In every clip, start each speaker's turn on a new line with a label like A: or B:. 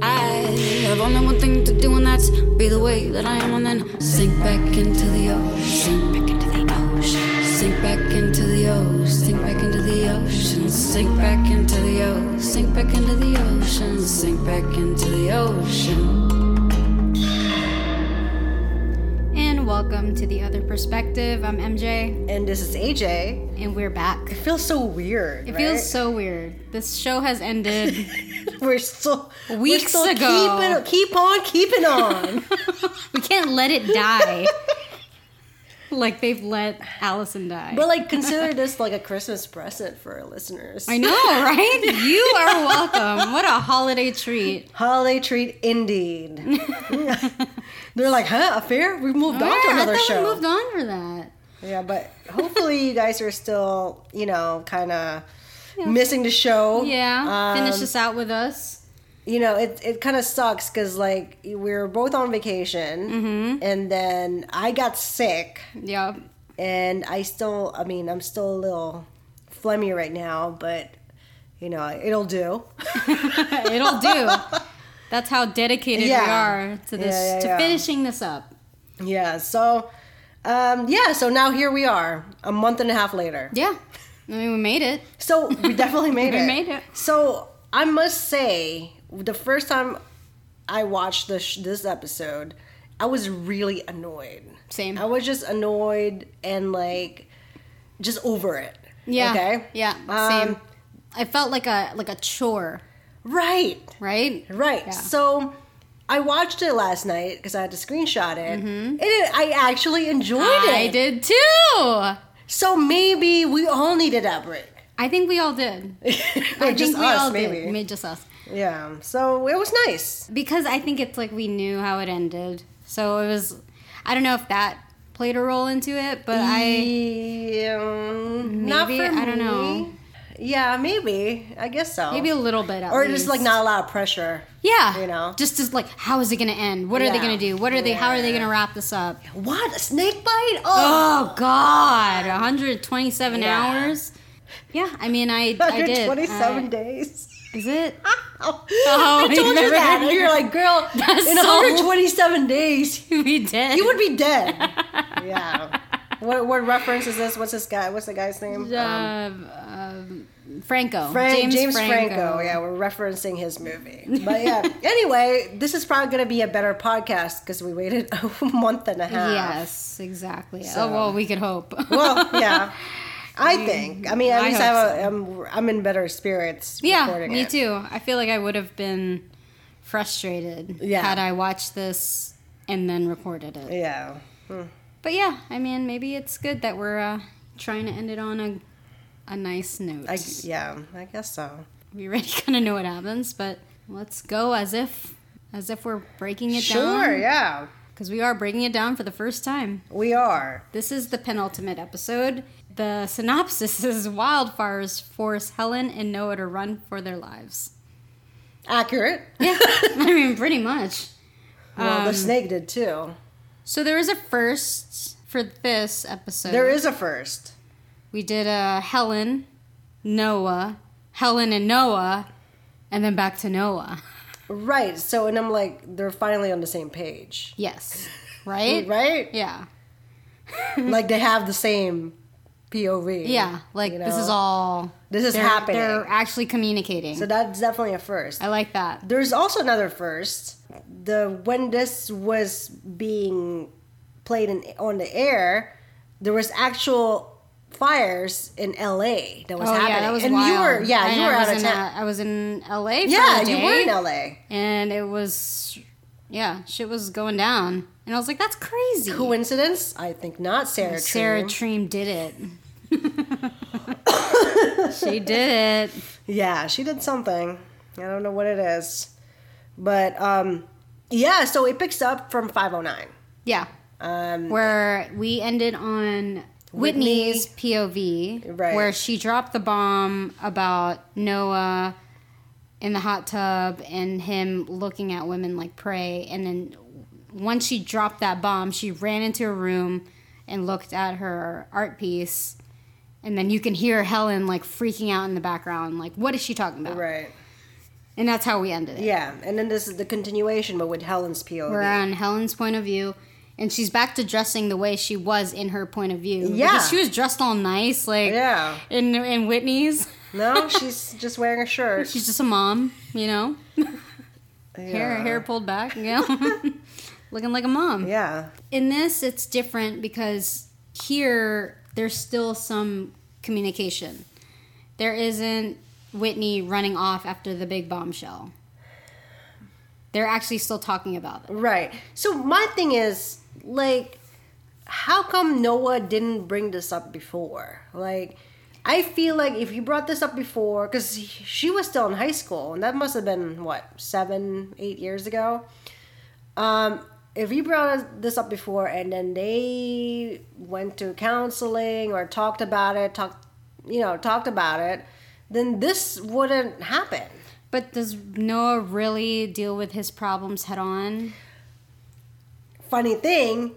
A: I have only one thing to do, and that's be the way that I am, and then sink back into the ocean. Back into the ocean. Sink back into the ocean. Sink back into the ocean. Sink back into the ocean. Sink back into the ocean. Sink back into the ocean.
B: And welcome to the other perspective. I'm MJ,
C: And this is AJ.
B: and we're back.
C: It feels so weird.
B: It feels so weird. This show has ended.
C: we're still we're
B: Weeks
C: still
B: ago.
C: keeping- keep on keeping on.
B: we can't let it die, like they've let Allison die.
C: but like, consider this like a Christmas present for our listeners.
B: I know, right? You are welcome. What a holiday treat.
C: Holiday treat, indeed. They're like, huh? A fair? We moved on to
B: Yeah,
C: another
B: I thought
C: show.
B: we moved on for that.
C: Yeah, but hopefully you guys are still, you know, kind of missing the show.
B: Yeah. Finish
C: Um,
B: this out with us.
C: you know, it it kind of sucks because like we were both on vacation,
B: Mm-hmm.
C: and then I got sick,
B: Yeah.
C: and I still, I mean, I'm still a little phlegmy right now, but you know, it'll do.
B: It'll do. That's how dedicated we
C: Yeah.
B: are to this
C: Yeah, yeah,
B: to
C: yeah.
B: finishing this up.
C: yeah. So, um, yeah. So now here we are, a month and a half later.
B: Yeah. I mean, we made it.
C: So we definitely made
B: We
C: it.
B: made it.
C: So I must say, the first time I watched this this episode, I was really annoyed.
B: Same.
C: I was just annoyed and like just over it.
B: Yeah.
C: Okay.
B: Yeah.
C: Um,
B: Same. I felt like a like a chore,
C: Right.
B: right?
C: Right.
B: Yeah.
C: So I watched it last night because I had to screenshot it, and it, I actually enjoyed
B: Mm-hmm. I
C: it.
B: did too.
C: So maybe we all needed that break.
B: I think we all did.
C: Or
B: I
C: just
B: think we
C: us,
B: all
C: maybe.
B: did. Maybe just us.
C: Yeah. So it was nice.
B: Because I think it's like we knew how it ended. So it was I don't know if that played a role into it, but I
C: Um, not
B: Maybe,
C: for
B: I don't
C: me.
B: know.
C: Yeah, maybe. I guess so.
B: maybe a little bit at
C: Mm-hmm. or
B: least.
C: just like not a lot of pressure.
B: Yeah.
C: you know?
B: Just as like how is it gonna end? What are they
C: Yeah.
B: gonna do? What are they how are they
C: Yeah.
B: gonna wrap this up?
C: What a snake bite? Oh,
B: Oh God, 127
C: Yeah.
B: hours. Yeah, I mean, I, I did.
C: 127
B: I-
C: days.
B: Is it?
C: I
B: I
C: told you
B: never-
C: that. And you're like, girl,
B: That's
C: in
B: so-
C: 127 days,
B: we did.
C: you would be dead. yeah. What, what reference is this? What's this guy? What's the guy's name? Um,
B: Um, um, Franco.
C: Fran- James, Franco. Yeah, we're referencing his movie. But yeah. anyway, this is probably going to be a better podcast because we waited a month and a half.
B: Yes, exactly.
C: So-
B: Oh well, we could hope.
C: Well, yeah. I think. I mean, at
B: I
C: least I
B: hope
C: have a, I'm, I'm in better spirits.
B: yeah,
C: recording
B: me
C: it.
B: too. I feel like I would have been frustrated
C: Yeah.
B: had I watched this and then recorded it.
C: Yeah.
B: But yeah, I mean, maybe it's good that we're uh, trying to end it on a a nice note.
C: I, yeah, I guess so.
B: we already kind of know what happens, but let's go as if as if we're breaking it down.
C: Sure, yeah.
B: Because we are breaking it down for the first time.
C: We are.
B: This is the penultimate episode. The synopsis is wildfires force Helen and Noah to run for their lives.
C: Accurate.
B: Yeah, Um, I mean, pretty much.
C: Well, the snake did too.
B: So there is a first for this episode.
C: There is a first.
B: We did uh, Helen, Noah, Helen and Noah, and then back to Noah.
C: Right. So, and I'm like, they're finally on the same page.
B: Yes. Right?
C: Right?
B: Yeah.
C: like they have the same POV.
B: Mm-hmm. Yeah, like
C: you
B: this is
C: know?
B: all
C: This is
B: they're,
C: happening.
B: They're actually communicating.
C: So that's definitely a first.
B: I like that.
C: There's also another first. The when this was being played in, on the air, there was actual fires in LA that was
B: oh
C: happening.
B: yeah, that was
C: and
B: wild.
C: you were yeah,
B: I,
C: you
B: I
C: were
B: was
C: out of
B: in,
C: town.
B: uh, I was in LA. For
C: yeah,
B: the
C: you
B: day,
C: were in LA.
B: and it was yeah, shit was going down, and I was like, that's crazy.
C: Coincidence? I think not, Sarah.
B: Sarah
C: True.
B: Treem did it. she did it.
C: Yeah, she did something. I don't know what it is. But um yeah, so it picks up from 509.
B: Yeah,
C: Um
B: where we ended on
C: Whitney.
B: Whitney's POV,
C: Right.
B: where she dropped the bomb about Noah in the hot tub and him looking at women like prey. And then once she dropped that bomb, she ran into a room and looked at her art piece. And then you can hear Helen like freaking out in the background, like, what is she talking about?
C: right.
B: And that's how we ended it.
C: Yeah, and then this is the continuation, but with Helen's POV.
B: We're on Helen's point of view, and she's back to dressing the way she was in her point of view.
C: Yeah.
B: Because she was dressed all nice, like
C: Yeah.
B: in in Whitney's.
C: No, she's just wearing a shirt.
B: She's just a mom, you know. Hair
C: Yeah.
B: hair pulled back, you know, looking like a mom.
C: Yeah.
B: In this, it's different because here there's still some communication. There isn't Whitney running off after the big bombshell. They're actually still talking about it.
C: Right. So my thing is like how come Noah didn't bring this up before? Like I feel like if you brought this up before cuz she was still in high school and that must have been what 7 8 years ago. Um if you brought this up before and then they went to counseling or talked about it, talked you know, talked about it, then this wouldn't happen.
B: But does Noah really deal with his problems head on?
C: funny thing,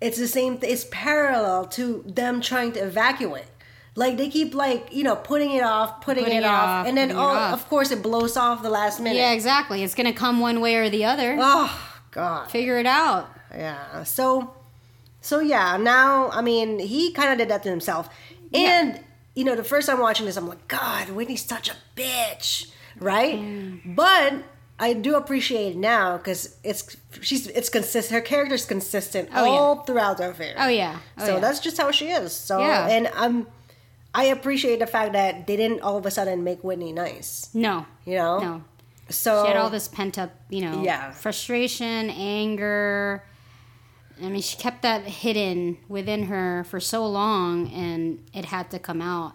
C: it's the same. Th- it's parallel to them trying to evacuate. Like they keep like you know putting it off, putting, it, off, and then
B: putting it
C: oh,
B: off.
C: of course it blows off the last minute.
B: Yeah, exactly. It's going to come one way or the other.
C: Oh God.
B: Figure it out.
C: Yeah. So, so yeah. Now I mean he kind of did that to himself, and you know the first time watching this, I'm like, God, Whitney's such a bitch, right?
B: Mm.
C: But. I do appreciate it now because it's she's it's consistent. Her character's consistent
B: Oh, yeah.
C: all throughout the affair.
B: Oh yeah. Oh,
C: so
B: yeah.
C: that's just how she is. So
B: Yeah.
C: and I'm I appreciate the fact that they didn't all of a sudden make Whitney nice.
B: no.
C: You know?
B: No.
C: So
B: She had all this pent up, you know,
C: Yeah.
B: frustration, anger. I mean, she kept that hidden within her for so long, and it had to come out.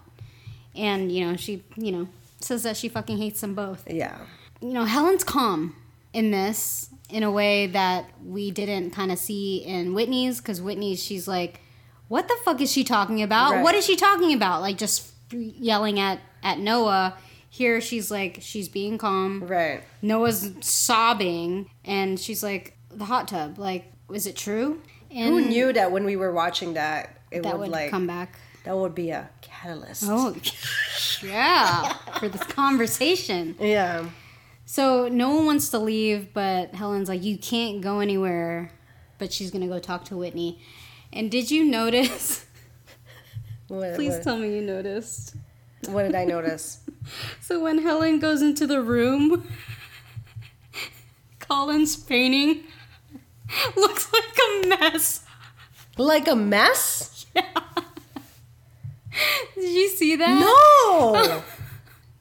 B: And you know, she, you know, says that she fucking hates them both.
C: Yeah.
B: you know, Helen's calm in this in a way that we didn't kind of see in Whitney's because Whitney's, she's like, what the fuck is she talking about?
C: Right.
B: What is she talking about? Like just yelling at, at Noah. Here she's like, she's being calm.
C: Right.
B: Noah's sobbing and she's like, the hot tub, like, is it true? And
C: Who knew that when we were watching that it
B: that would
C: would, like
B: come back.
C: that would be a catalyst.
B: Oh, yeah, for this conversation.
C: Yeah.
B: So no one wants to leave, but Helen's like, you can't go anywhere. But she's gonna go talk to Whitney. And did you notice?
C: What,
B: Please
C: what,
B: tell me you noticed.
C: what did I notice?
B: So when Helen goes into the room, Colin's painting looks like a mess.
C: like a mess?
B: Did you see that?
C: No.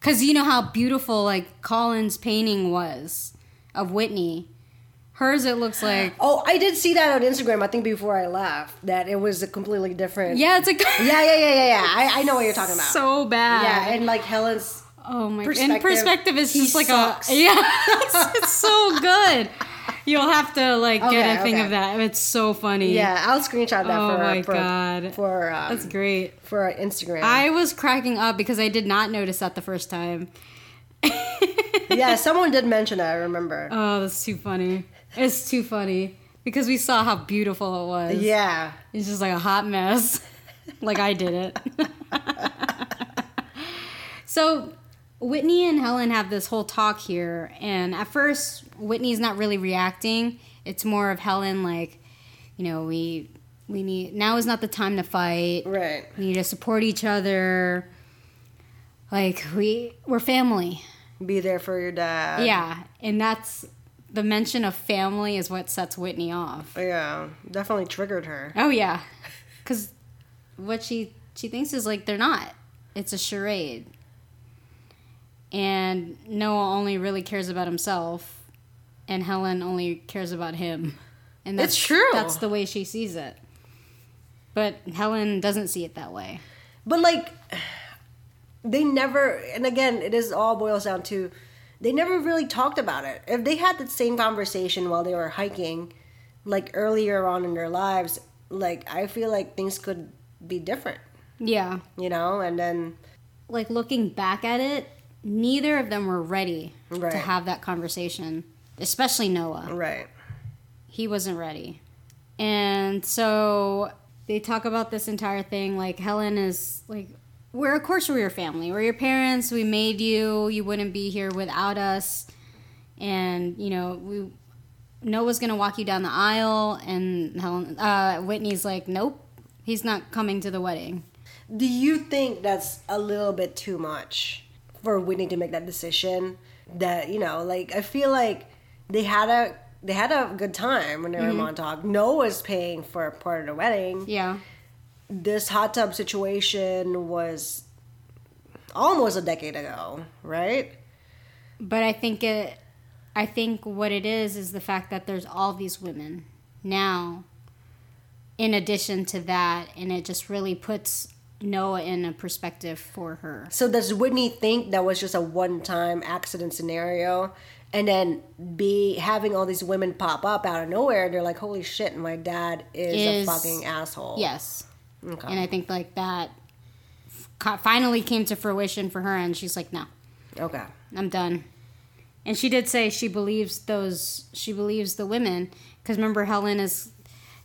B: Because you know how beautiful like Colin's painting was of Whitney. Hers it looks like
C: oh, I did see that on Instagram. I think before I left that it was a completely different.
B: yeah, it's like
C: Yeah. Yeah. Yeah. Yeah. yeah. I, I know what you're talking about.
B: so bad.
C: yeah, and like Helen's
B: Oh my!
C: Perspective.
B: And perspective is
C: He
B: just like
C: sucks.
B: a yeah. It's, it's so good. You'll have to like
C: Okay,
B: get a thing
C: okay.
B: of that. It's so funny.
C: Yeah, I'll screenshot that
B: Oh
C: for
B: my
C: for,
B: God.
C: for um,
B: that's great.
C: for our Instagram.
B: I was cracking up because I did not notice that the first time.
C: yeah, someone did mention that. I remember.
B: Oh, that's too funny. It's too funny because we saw how beautiful it was.
C: yeah,
B: It's just like a hot mess. like I did it. so Whitney and Helen have this whole talk here, and at first Whitney's not really reacting. It's more of Helen like, you know, we we need now is not the time to fight.
C: right.
B: We need to support each other. Like we we're family.
C: Be there for your dad.
B: yeah. And that's the mention of family is what sets Whitney off.
C: yeah, definitely triggered her.
B: Oh yeah, because what she she thinks is like they're not. It's a charade, and Noah only really cares about himself, and Helen only cares about him. And that's
C: It's true.
B: That's the way she sees it. But Helen doesn't see it that way.
C: But like, they never. And again, it is all boils down to they never really talked about it. If they had the same conversation while they were hiking, like earlier on in their lives, like I feel like things could be different.
B: Yeah,
C: You know, and then
B: like looking back at it, neither of them were ready
C: Right.
B: to have that conversation, especially Noah.
C: right.
B: he wasn't ready. And so they talk about this entire thing. Like Helen is like, we're of course we're your family. We're your parents. We made you. You wouldn't be here without us. And you know we Noah's gonna walk you down the aisle, and Helen uh, Whitney's like, nope, he's not coming to the wedding.
C: Do you think that's a little bit too much for Whitney to make that decision? That you know, like I feel like they had a they had a good time when they were in Montauk. Noah's paying for part of the wedding.
B: Mm-hmm. Yeah,
C: This hot tub situation was almost a decade ago, right?
B: but I think it. I think what it is is the fact that there's all these women now. In addition to that, and it just really puts Noah in a perspective for her.
C: So does Whitney think that was just a one-time accident scenario, and then be having all these women pop up out of nowhere? And they're like, "Holy shit, my dad is,
B: Is-
C: a fucking asshole."
B: Yes.
C: Okay.
B: And I think like that f- finally came to fruition for her, and she's like, no,
C: okay.
B: I'm done. And she did say she believes those, she believes the women. Because remember, Helen is,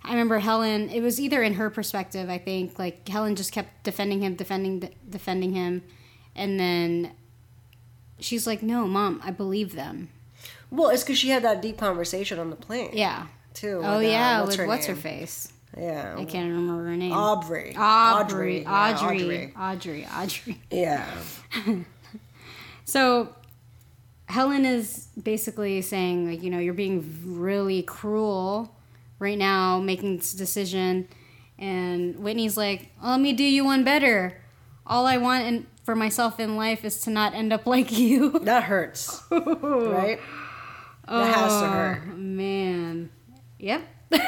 B: I remember Helen, it was either in her perspective, I think, like Helen just kept defending him, defending, defending him. And then she's like, no, mom, I believe them.
C: Well, it's because she had that deep conversation on the plane.
B: Yeah.
C: Too.
B: Oh,
C: with, uh,
B: yeah,
C: what's
B: with
C: her
B: what's her
C: name?
B: face?
C: Yeah.
B: I can't remember her name.
C: Aubrey.
B: Aubrey.
C: Audrey. Yeah,
B: Audrey.
C: Audrey.
B: Audrey. Audrey.
C: Yeah.
B: So Helen is basically saying, like, you know, you're being really cruel right now, making this decision. And Whitney's like, let me do you one better. All I want in, for myself in life is to not end up like you.
C: That hurts. right? That has to hurt.
B: Oh, Man. Yep.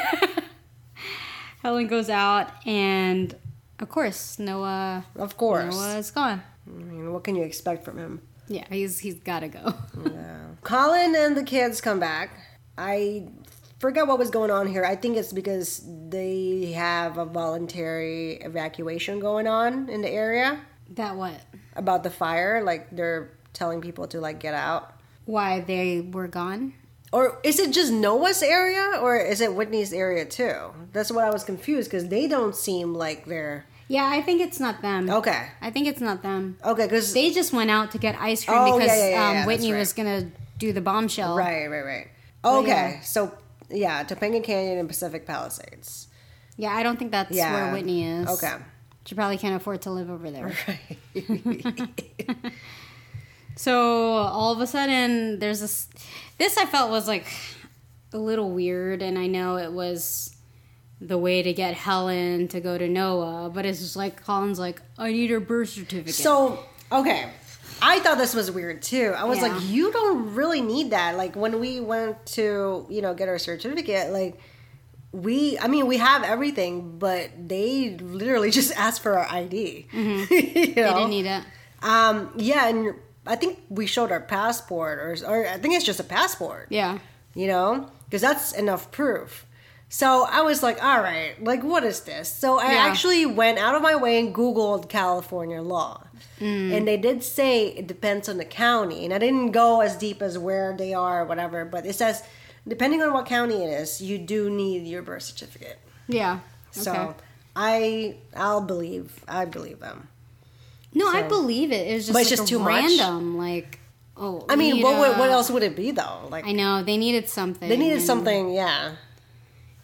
B: Helen goes out, and of course, Noah,
C: Of course.
B: Noah is gone.
C: I mean, what can you expect from him?
B: Yeah, he's he's gotta go.
C: Yeah. Colin and the kids come back. I forgot what was going on here. I think it's because they have a voluntary evacuation going on in the area
B: that what?
C: about the fire. Like they're telling people to like get out.
B: Why they were gone?
C: Or is it just Noah's area or is it Whitney's area too? That's what I was confused because they don't seem like they're
B: Yeah, I think it's not them.
C: okay.
B: I think it's not them.
C: Okay, because
B: They just went out to get ice cream
C: Oh, yeah,
B: because
C: yeah, yeah, yeah,
B: um,
C: that's
B: Whitney
C: right.
B: was gonna do the bombshell.
C: right, right, right.
B: Well,
C: Okay,
B: Oh, yeah.
C: so yeah, Topanga Canyon and Pacific Palisades.
B: Yeah, I don't think that's
C: Yeah,
B: where Whitney is.
C: Okay,
B: She probably can't afford to live over there. so all of a sudden, there's this. This I felt was like a little weird, and I know it was the way to get Helen to go to Noah, but it's just like Colin's like, I need her birth certificate.
C: so okay, I thought this was weird too. I was
B: Yeah.
C: like, you don't really need that. Like when we went to you know get our certificate, like we, I mean, we have everything, but they literally just asked for our ID. you
B: Mm-hmm. they
C: know?
B: didn't need it.
C: Um, yeah, and I think we showed our passport, or, or I think it's just a passport,
B: Yeah.
C: you know, because that's enough proof. So I was like, all right, like, what is this? So I
B: Yeah.
C: actually went out of my way and Googled California law.
B: Mm.
C: And they did say it depends on the county. And I didn't go as deep as where they are or whatever, but it says depending on what county it is, you do need your birth certificate.
B: Yeah.
C: So I I'll believe I believe them.
B: No, I
C: So-
B: believe it. It was just,
C: But it's
B: like
C: just
B: a
C: too much?
B: random. Like, oh,
C: I
B: we
C: mean,
B: need
C: what, would
B: a-
C: what else would it be though? Like
B: I know they needed something.
C: They needed
B: and
C: something, yeah.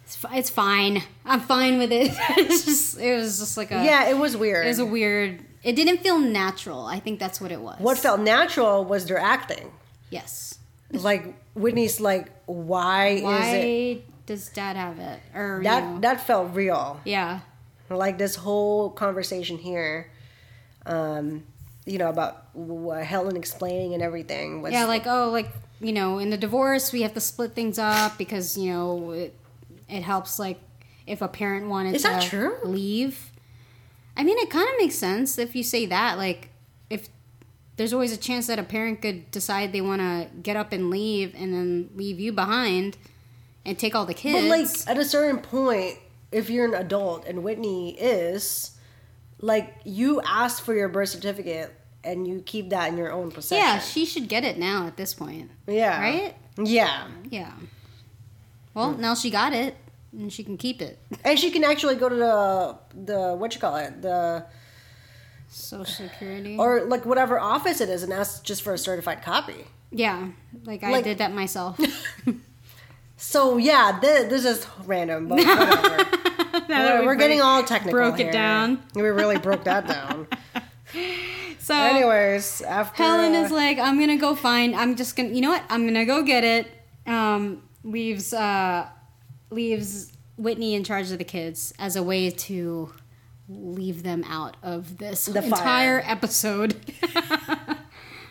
B: It's, fi- it's fine. I'm fine with it. it's just, it was just like a.
C: Yeah, it was weird.
B: It was a weird. It didn't feel natural. I think that's what it was.
C: what felt natural was their acting.
B: Yes.
C: Like Whitney's like, why,
B: Why
C: is it
B: does Dad have it? Or
C: that
B: you know,
C: that felt real.
B: yeah,
C: Like this whole conversation here, um, you know, about what Helen explaining and everything was
B: yeah, like oh, like you know, in the divorce we have to split things up because you know it, it helps like if a parent wanted
C: Is
B: to
C: that true?
B: leave. I mean, it kind of makes sense if you say that. Like, if there's always a chance that a parent could decide they want to get up and leave, and then leave you behind and take all the
C: But
B: kids.
C: like at a certain point, if you're an adult and Whitney is, like you ask for your birth certificate and you keep that in your own possession.
B: yeah, she should get it now at this point,
C: yeah.
B: right?
C: Yeah.
B: Yeah. Well,
C: Hmm.
B: now she got it, and she can keep it.
C: And she can actually go to the the what you call it the
B: Social Security.
C: or like whatever office it is and ask just for a certified copy.
B: yeah, like I
C: Like-
B: did that myself.
C: So yeah, thi- this is random, but whatever. we're, we're getting all technical.
B: broke it
C: here.
B: down.
C: We really broke that down.
B: so
C: Anyways, after
B: Helen
C: uh,
B: is like, I'm gonna go find. I'm just gonna. You know what? I'm gonna go get it. Um, leaves uh, leaves Whitney in charge of the kids as a way to leave them out of this
C: The fire.
B: entire episode.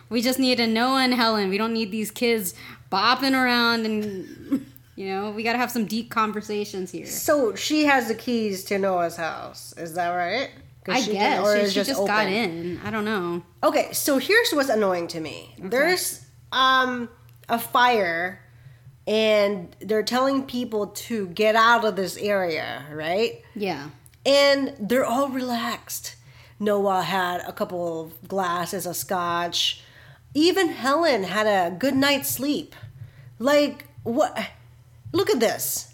B: we just need a Noah and Helen. We don't need these kids bopping around and you know we gotta have some deep conversations here.
C: so she has the keys to Noah's house. Is that right? 'Cause
B: I
C: she did-
B: guess
C: or
B: she,
C: is
B: she just, got
C: open?
B: in. I don't know.
C: Okay, so here's what's annoying to me. There's um a fire and they're telling people to get out of this area, right?
B: Yeah.
C: And they're all relaxed. Noah had a couple of glasses of scotch. Even Helen had a good night's sleep. Like what look at this.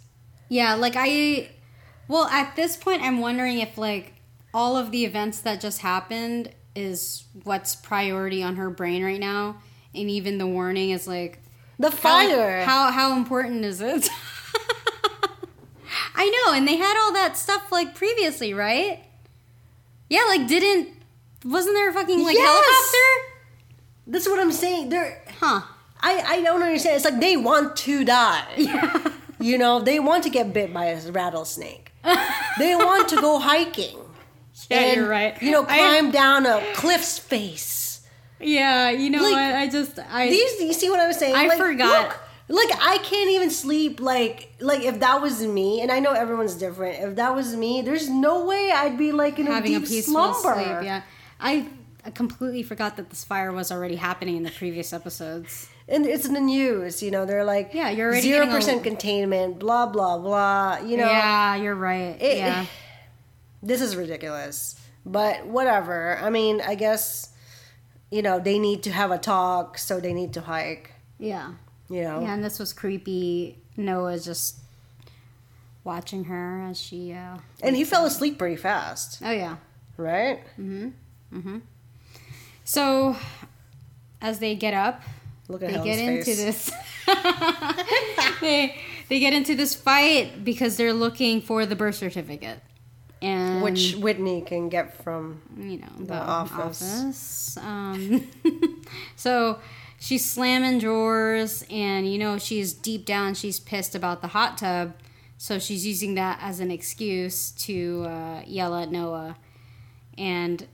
B: Yeah, like I well, at this point I'm wondering if like all of the events that just happened is what's priority on her brain right now and even the warning is like
C: The
B: how-
C: fire.
B: How how, important is it? I know, and they had all that stuff like previously, right? Yeah, like didn't wasn't there a fucking like
C: Yes!
B: helicopter?
C: This is what I'm saying. They're
B: Huh.
C: I, I don't understand. It's like they want to die. You know, they want to get bit by a rattlesnake. they want to go hiking.
B: Yeah,
C: and,
B: you're right.
C: You know,
B: I-
C: climb down a cliff's face.
B: Yeah, you know
C: Like,
B: what? I just I
C: These, you see what I'm saying?
B: I forgot.
C: Look, like I can't even sleep. Like, like if that was me, and I know everyone's different. If that was me, there's no way I'd be like in
B: having
C: a
B: a
C: deep
B: peaceful
C: slumber.
B: sleep. Yeah, I I completely forgot that this fire was already happening in the previous episodes.
C: and it's in the news. You know, they're like,
B: Yeah, you're already
C: zero
B: getting a-
C: percent containment. Blah blah blah. You know,
B: yeah, you're right.
C: It-
B: yeah,
C: this is ridiculous. But whatever. I mean, I guess you know they need to have a talk, so they need to hike.
B: yeah,
C: You know,
B: yeah. And this was creepy. Noah just watching her as she. Uh,
C: and he fell asleep pretty fast,
B: oh yeah.
C: right?
B: So as they get up,
C: Look at
B: they
C: Helen's
B: get into
C: face.
B: this. they they get into this fight because they're looking for the birth certificate. And
C: Which Whitney can get from
B: you know, the,
C: office.
B: office. Um, so she's slamming drawers, and you know she's deep down she's pissed about the hot tub, so she's using that as an excuse to uh, yell at Noah, and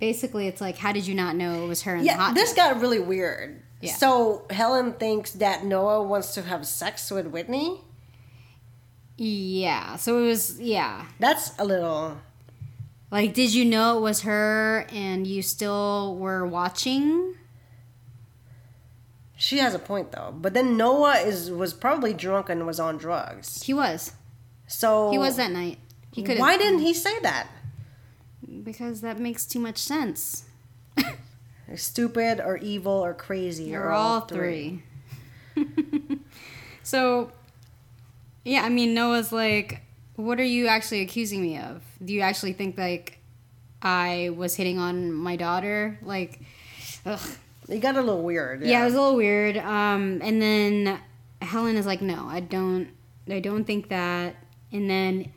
B: basically it's like, how did you not know it was her in the
C: yeah.
B: hot
C: This
B: tub?
C: got really weird.
B: Yeah.
C: So Helen thinks that Noah wants to have sex with Whitney.
B: Yeah, so it was yeah.
C: That's a little.
B: Like, did you know it was her, and you still were watching?
C: She has a point though. But then Noah is was probably drunk and was on drugs.
B: He was.
C: So
B: He was that night. He could.
C: Oh. Why didn't he say that?
B: Because that makes too much sense.
C: They're stupid or evil or crazy.
B: You're all three. so, yeah, I mean, Noah's like, what are you actually accusing me of? Do you actually think, like, I was hitting on my daughter? Like, ugh.
C: It got a little weird.
B: Yeah, it was a little weird. Um, and then Helen is like, no, I don't, I don't think that. And then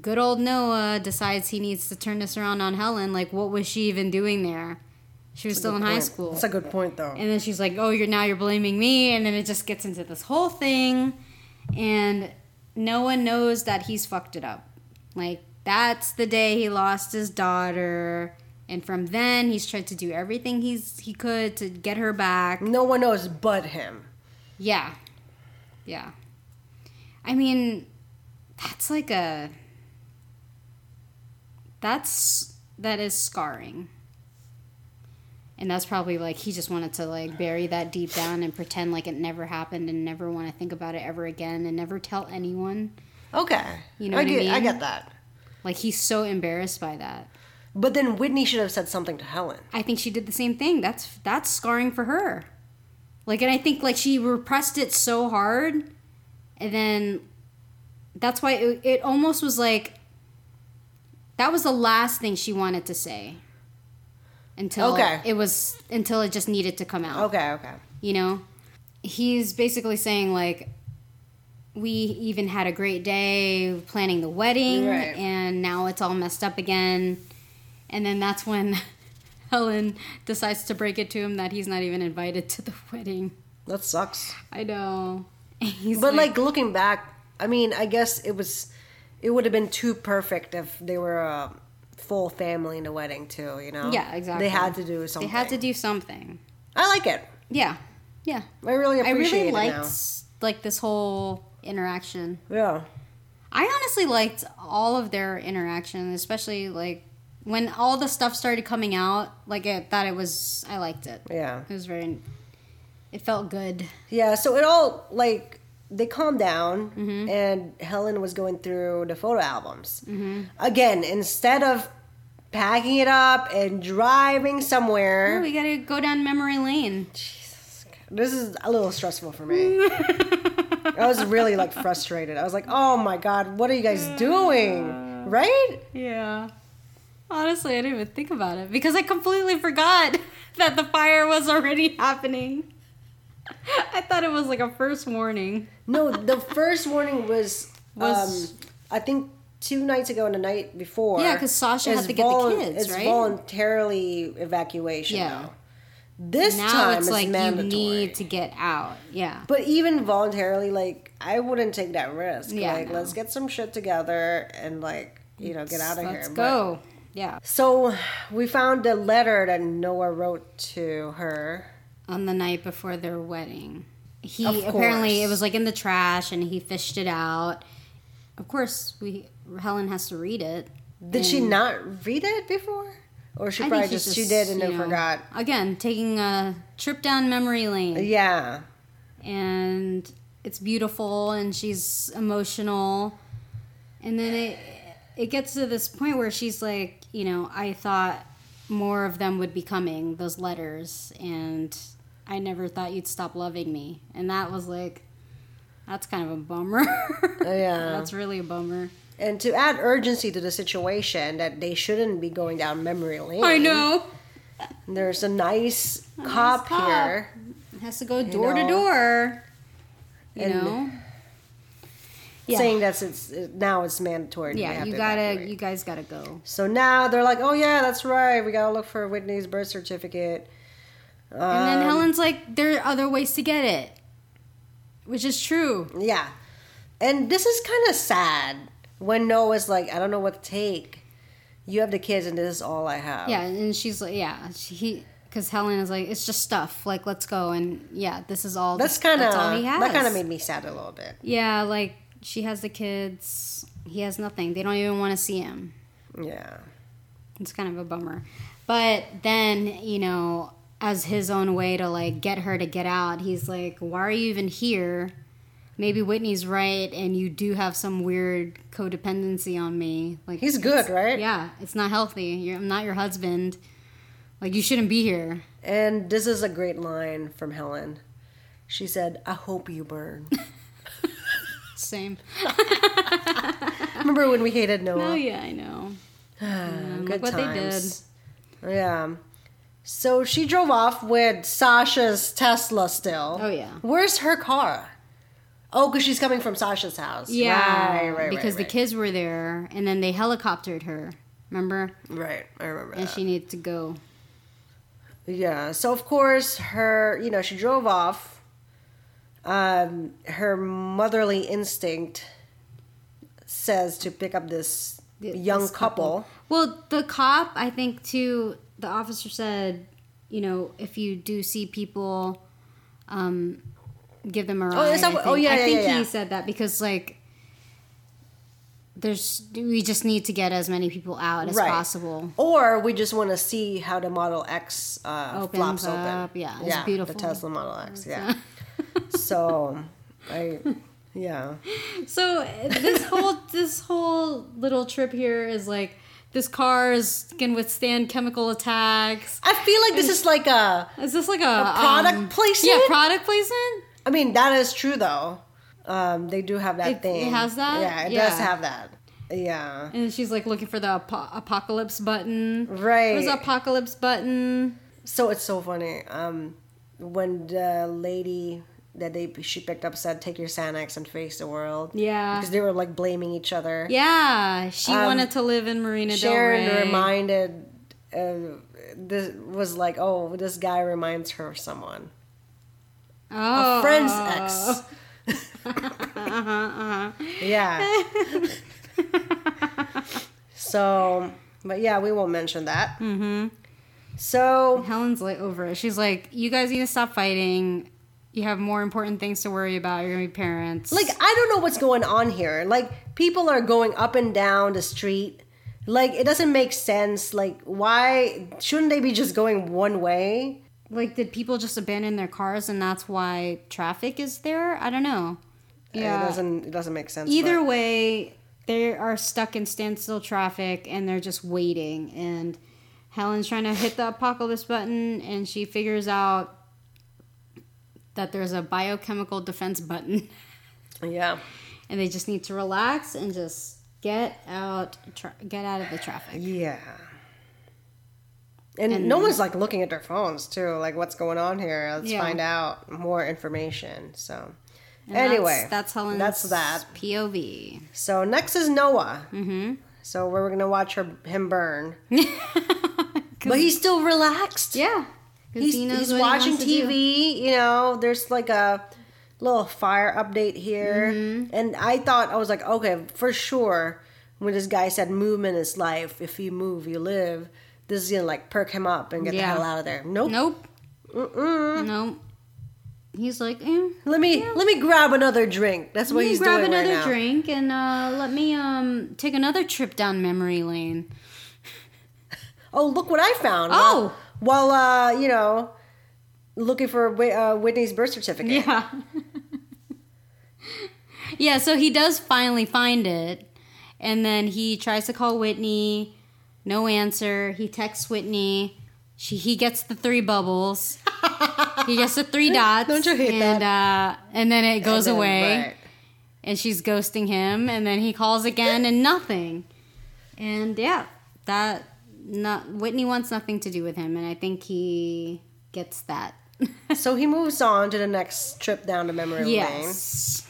B: good old Noah decides he needs to turn this around on Helen. Like, what was she even doing there? She was still in high school.
C: That's a good point, though.
B: And then she's like, "Oh, you're now you're blaming me," and then it just gets into this whole thing, and no one knows that he's fucked it up. Like that's the day he lost his daughter, and from then he's tried to do everything he's he could to get her back.
C: no one knows but him.
B: Yeah, yeah. I mean, that's like a that's that is scarring. And that's probably like he just wanted to like bury that deep down and pretend like it never happened and never want to think about it ever again and never tell anyone.
C: Okay,
B: You know
C: I
B: what I
C: get, I
B: mean?
C: get that.
B: Like he's so embarrassed by that.
C: But then Whitney should have said something to Helen.
B: I think she did the same thing. That's that's scarring for her. Like and I think like she repressed it so hard and then that's why it, it almost was like that was the last thing she wanted to say. until
C: Okay.
B: it was until it just needed to come out.
C: Okay, okay.
B: You know, he's basically saying like, we even had a great day planning the wedding,
C: Right.
B: and now it's all messed up again. And then that's when Helen decides to break it to him that he's not even invited to the wedding.
C: That sucks.
B: I know. And He's
C: But like looking back, I mean, I guess it was, it would have been too perfect if they were a full family in the wedding too. You know?
B: yeah, exactly.
C: They had to do something.
B: They had to do something.
C: I like it.
B: Yeah, yeah.
C: I really
B: I
C: appreciate
B: really
C: it
B: liked
C: now.
B: like this whole interaction.
C: Yeah.
B: I honestly liked all of their interaction, especially like when all the stuff started coming out. Like I thought it was, I liked it.
C: Yeah.
B: It was very, it felt good.
C: Yeah, so it all like they calmed down,
B: Mm-hmm.
C: and Helen was going through the photo albums
B: Mm-hmm.
C: again. Instead of packing it up and driving
B: Oh,
C: somewhere,
B: we gotta go down memory lane.
C: this is a little stressful for me. I was really like frustrated. I was like, "Oh my god, what are you guys doing?" Right?
B: Yeah. Honestly, I didn't even think about it because I completely forgot that the fire was already happening. I thought it was like a first warning.
C: No, the first warning was
B: Was-
C: um, I think two nights ago and the night before.
B: Yeah, 'cause Sasha had
C: It's
B: to get the
C: volun-
B: kids,
C: It's
B: right?
C: voluntarily evacuation.
B: Yeah.
C: Now. This
B: Now
C: time
B: it's
C: it's
B: like
C: mandatory.
B: you need to get out. Yeah.
C: But even voluntarily, like I wouldn't take that risk.
B: Yeah,
C: like
B: no.
C: let's get some shit together and like you know get out of
B: Let's
C: here. But-
B: go. yeah.
C: so we found the letter that Noah wrote to her.
B: On the night before their wedding. He
C: Of
B: apparently
C: course.
B: it was like in the trash and he fished it out. Of course, we Helen has to read it.
C: Did she not read it before? Or she
B: I
C: probably
B: think he's
C: just, she did and
B: you
C: then
B: know,
C: forgot.
B: Again, taking a trip down memory lane.
C: Yeah.
B: and it's beautiful and she's emotional and then it it gets to this point where she's like you know i thought more of them would be coming those letters and i never thought you'd stop loving me and that was like that's kind of a bummer
C: Oh, Yeah.
B: that's really a bummer
C: And to add urgency to the situation that they shouldn't be going down memory lane.
B: i know
C: There's a nice cop
B: cop.
C: here.
B: it has to go door
C: know.
B: to door you
C: And-
B: know yeah
C: saying that's it's it- now it's mandatory. and we
B: yeah
C: have
B: you
C: to
B: gotta
C: evacuate.
B: you guys gotta go
C: so now they're like, oh yeah, that's right. We gotta look for Whitney's birth certificate.
B: And
C: Um,
B: then Helen's like, there are other ways to get it, which is true.
C: Yeah, and this is kind of sad when Noah's like, I don't know what to take. You have the kids, and this is all I have.
B: Yeah, and she's like, yeah, she, he, because Helen is like, it's just stuff. Like, let's go, and yeah, this is all.
C: that's kind of
B: that's all he has.
C: that kind of made me sad a little bit.
B: Yeah, like she has the kids. He has nothing. They don't even want to see him.
C: Yeah,
B: It's kind of a bummer. But then, you know, as his own way to like get her to get out, he's like, why are you even here? Maybe Whitney's right, and you do have some weird codependency on me. Like
C: he's good, right?
B: Yeah, it's not healthy. You're, I'm not your husband. Like you shouldn't be here.
C: And this is a great line from Helen. She said, "I hope you burn."
B: Same.
C: Remember when we hated Noah?
B: Oh yeah, I know.
C: Good
B: look what they did.
C: did. Yeah. So she drove off with Sasha's Tesla still.
B: Oh, yeah.
C: Where's her car? Oh, because she's coming from Sasha's house.
B: Yeah,
C: Right, right,
B: because
C: right,
B: the kids were there, and then they helicoptered her. Remember?
C: right. Right, I remember
B: And
C: that.
B: she needed to go.
C: yeah. So, of course, her, you know, she drove off. Um, her motherly instinct says to pick up this
B: Th-
C: young
B: this
C: couple.
B: Well, the cop, I think too. The officer said, you know, if you do see people, um, give them a ride.
C: Oh, is that what-
B: I
C: oh,
B: think.
C: yeah,
B: I
C: yeah,
B: think
C: yeah,
B: he
C: yeah.
B: said that because like, there's we just need to get as many people out as
C: Right.
B: possible.
C: Or we just want to see how the Model X uh,
B: Opens
C: flops
B: up,
C: open.
B: yeah, it's beautiful.
C: The Tesla Model X. Yeah. so, I yeah.
B: So uh, this whole this whole little trip here is like this car is can withstand chemical attacks.
C: I feel like this is like a.
B: Is this like a,
C: product
B: um,
C: placement?
B: Yeah, product placement.
C: I mean, that is true though. Um, they do have that
B: It-
C: thing.
B: it has that?
C: Yeah, it
B: Yeah.
C: does have that. Yeah.
B: And she's like looking for the apo- apocalypse button.
C: Right.
B: Where's the apocalypse button?
C: So it's so funny. Um, when the lady that they she picked up said, "Take your Xanax and face the world,"
B: Yeah.
C: because they were like blaming each other.
B: Yeah. She
C: Um,
B: wanted to live in Marina Del Rey.
C: Sharon reminded. Uh, this was like, oh, this guy reminds her of someone,
B: oh.
C: a friend's ex. yeah. so, but yeah, we won't mention that. Mm-hmm. So
B: Helen's like over it. She's like, you guys need to stop fighting. You have more important things to worry about. You're gonna be parents.
C: Like I don't know what's going on here. Like people are going up and down the street. Like it doesn't make sense. Like why shouldn't they be just going one way?
B: like did people just abandon their cars and that's why traffic is there? I don't know.
C: It
B: Yeah.
C: doesn't it doesn't make sense.
B: Either way, they are stuck in standstill traffic and they're just waiting. And Helen's trying to hit the apocalypse button and she figures out that there's a biochemical defense button
C: but- yeah.
B: and they just need to relax and just get out tra- get out of the traffic.
C: Yeah. And, no one's like looking at their phones too. Like what's going on here? Let's
B: Yeah.
C: find out more information. So
B: And that's-
C: anyway,
B: that's, Helen's
C: That's that.
B: POV.
C: So next is Noah. Mm-hmm. So we're gonna watch her him burn, but he's still relaxed.
B: Yeah. 'Cause
C: he's,
B: he knows
C: he's
B: what he wants
C: watching
B: to do.
C: TV. You know, there's like a little fire update here,
B: Mm-hmm.
C: and I thought I was like, okay, for sure. When this guy said movement is life, if you move, you live. This is gonna like perk him up and get
B: Yeah.
C: the hell out of there. Nope.
B: Nope. Nope. He's like, eh.
C: Let me let me grab another drink. That's what
B: Let me
C: he's
B: grab
C: doing
B: another
C: right now.
B: drink and uh, let me um, take another trip down memory lane.
C: Oh, look what I found.
B: Oh.
C: While, while, uh, you know, looking for Whit- uh, Whitney's birth certificate.
B: Yeah. yeah, so he does finally find it. And then he tries to call Whitney. No answer. He texts Whitney. She he gets the three bubbles. he gets the three dots.
C: Don't you hate
B: and, Uh, and then it goes
C: And then-
B: away.
C: right.
B: and she's ghosting him and then he calls again and nothing and yeah that not whitney wants nothing to do with him and i think he gets that
C: So he moves on to the next trip down to memory
B: yes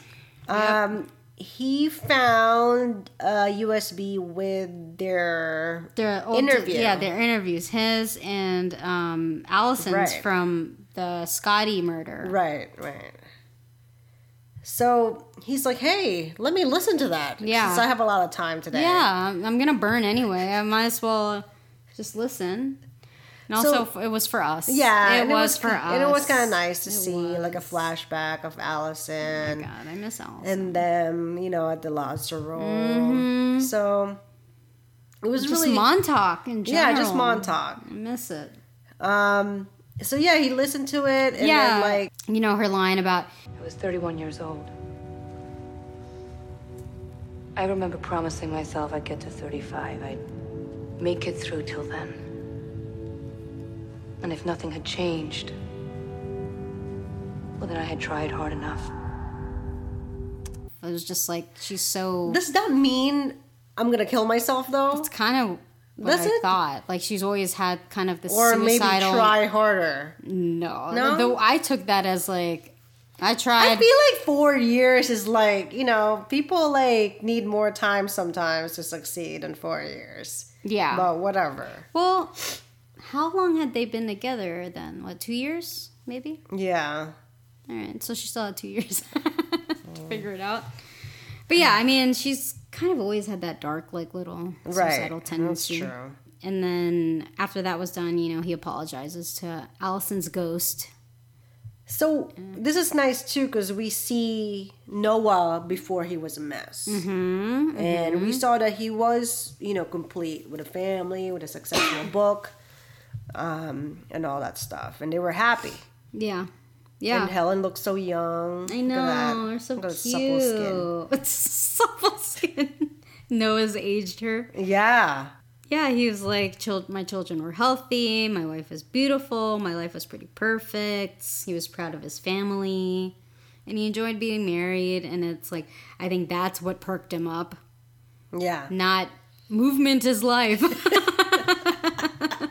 C: lane. Um, he found a USB with their
B: their old
C: Interview.
B: yeah their interviews his and um allison's
C: Right.
B: from the scotty murder
C: right, right. So he's like, "Hey, let me listen to that.
B: Yeah.
C: since I have a lot of time today.
B: yeah I'm, I'm gonna burn anyway i might as well just listen and also
C: So-
B: f it was for us
C: yeah.
B: it,
C: and
B: was, for us
C: and it was kind of nice to
B: It
C: see like a
B: was. Oh
C: flashback of Allison.
B: god i miss allison
C: and them, you know, at the lobster roll. So it was
B: Mm-hmm. just
C: really
B: Montauk in general.
C: yeah, just Montauk.
B: I miss it.
C: Um, so yeah, he listened to it, and
B: yeah,
C: then like
B: you know her line about
D: I was 31 years old. I remember promising myself I'd get to 35. I'd make it through till then. And if nothing had changed, well, then I had tried hard enough.
B: it was just like she's so.
C: does that mean I'm gonna kill myself though,
B: It's kind of what
C: That's
B: I
C: it?
B: thought. Like she's always had kind of this
C: or maybe
B: suicidal.
C: try harder?
B: No,
C: No?
B: Though I took that as like I
C: I
B: tried.
C: feel like four years is like you know people like need more time sometimes to succeed in four years.
B: yeah.
C: But whatever.
B: Well, how long had they been together then? What two years maybe?
C: Yeah.
B: All right, so she still had two years to
C: Oh.
B: figure it out. But yeah, I mean, she's kind of always had that dark, like little
C: Right.
B: suicidal
C: That's
B: tendency.
C: true.
B: And then after that was done, you know, he apologizes to Allison's ghost.
C: So
B: Mm.
C: this is nice too because we see Noah before he was a mess,
B: Mm-hmm,
C: and we saw that he was, you know, complete with a family, with a successful book, um, and all that stuff, and they were happy.
B: Yeah. Yeah.
C: And Helen looks so young.
B: I know. They're so
C: Look at
B: cute.
C: that supple skin.
B: It's supple skin. Noah's aged her.
C: Yeah,
B: Yeah, he was like, "Chil- my children were healthy. My wife was beautiful. My life was pretty perfect. He was proud of his family. And he enjoyed being married. And it's like, I think that's what perked him up.
C: Yeah.
B: not movement is life.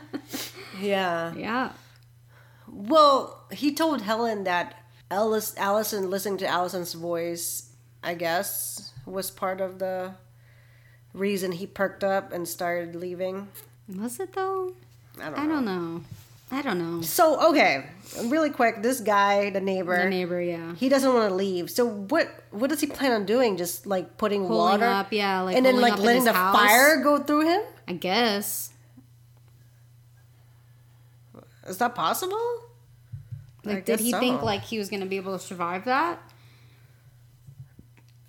C: Yeah.
B: yeah.
C: Well, he told Helen that Alice, Allison listening to Allison's voice, I guess, was part of the reason he perked up and started leaving.
B: Was it though?
C: I don't,
B: I
C: know.
B: don't know. I don't know.
C: So okay, really quick, this guy, the neighbor,
B: The neighbor, yeah.
C: he doesn't want to leave. So what? What does he plan on doing? Just like putting
B: Holding
C: water
B: up, yeah, like
C: and then
B: holding
C: like
B: up in
C: letting
B: his
C: the
B: house.
C: fire go through him.
B: I guess.
C: Is that possible?
B: Like,
C: I
B: did
C: guess
B: he
C: so.
B: think like he was gonna be able to survive that?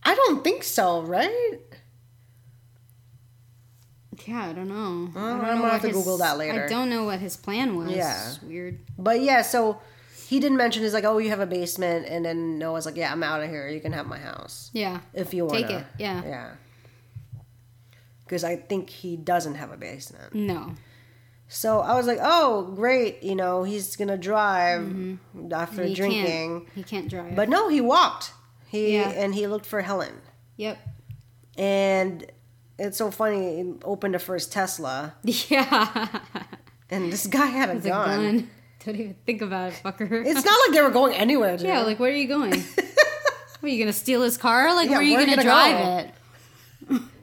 C: I don't think so, right?
B: Yeah, I don't know. I
C: I'm
B: don't
C: gonna
B: what
C: have to Google that later.
B: I don't know what his plan was.
C: Yeah.
B: weird.
C: But yeah, so he didn't mention he's like, oh, you have a basement, and then Noah's like, yeah, I'm out of here. You can have my house
B: Yeah,
C: if you want.
B: Take it, yeah.
C: Yeah. Because I think he doesn't have a basement.
B: no,
C: So I was like, oh, great. You know, he's gonna drive
B: Mm-hmm.
C: after
B: he
C: drinking.
B: Can't, he can't drive.
C: But no, he walked. He
B: Yeah.
C: and he looked for Helen.
B: yep.
C: And it's so funny. He opened the first Tesla,
B: Yeah,
C: and this guy had a
B: it's a
C: gun.
B: gun. Don't even think about it, fucker.
C: It's not like they were going anywhere. Dude.
B: yeah, like where are you going? what, are you gonna steal his car? Like
C: Yeah,
B: where are you
C: where are
B: gonna,
C: you
B: drive
C: gonna go?
B: it?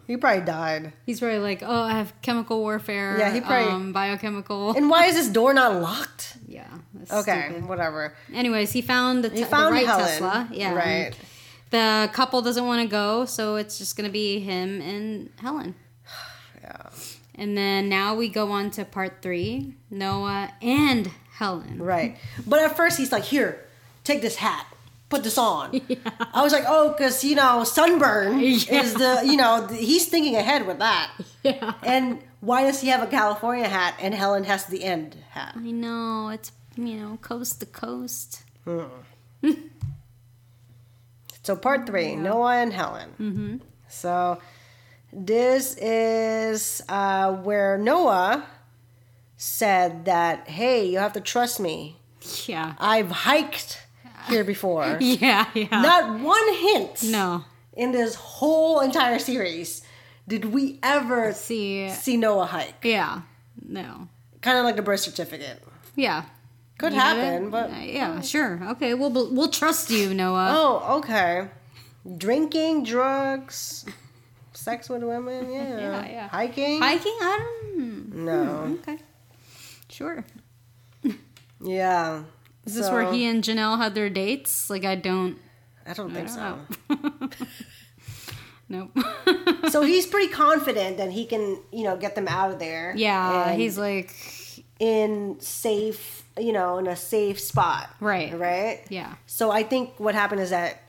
C: he probably died.
B: He's probably like, oh, I have chemical warfare.
C: Yeah, he probably-
B: um, biochemical.
C: And why is this door not locked?
B: yeah. that's
C: Okay,
B: stupid.
C: whatever.
B: Anyways, he found the, te-
C: He found
B: the right
C: Helen.
B: Tesla. Yeah. and
C: Right.
B: The couple doesn't want to go, so it's just going to be him and Helen.
C: Yeah.
B: And then now we go on to part three Noah and Helen.
C: Right. But at first he's like, "Here, take this hat. Put this on." I was like, "Oh, cuz you know, sunburn is the, you know, th- he's thinking ahead with that."
B: Yeah.
C: And why does he have a California hat and Helen has the end hat?
B: I know, it's, you know, coast to coast.
C: So part 3, Noah and Helen. Mhm.
B: Mm-hmm.
C: So this is uh where Noah said that, "Hey, you have to trust me.
B: Yeah.
C: I've hiked here before."
B: Yeah, yeah.
C: Not one hint.
B: no.
C: in this whole entire series did we ever see,
B: See,
C: Noah hike.
B: yeah. No.
C: Kind of like the birth certificate.
B: Yeah.
C: Could
B: You got it?
C: happen, but.
B: Uh, yeah, sure. Okay, we'll bel- we'll trust you, Noah.
C: Oh, okay. Drinking, drugs, sex with women, yeah.
B: Yeah, Oh, yeah.
C: Hiking?
B: Hiking? I don't. hmm,
C: no.
B: Okay. Sure.
C: Yeah.
B: Is this where he and Janelle had their dates? Like I don't,
C: I don't think
B: I
C: so.
B: don't know. nope.
C: so he's pretty confident that he can, you know, get them out of there.
B: yeah,
C: and
B: he's like,
C: in safe, you know, in a safe spot.
B: Right.
C: Right?
B: yeah,
C: So I think what happened is that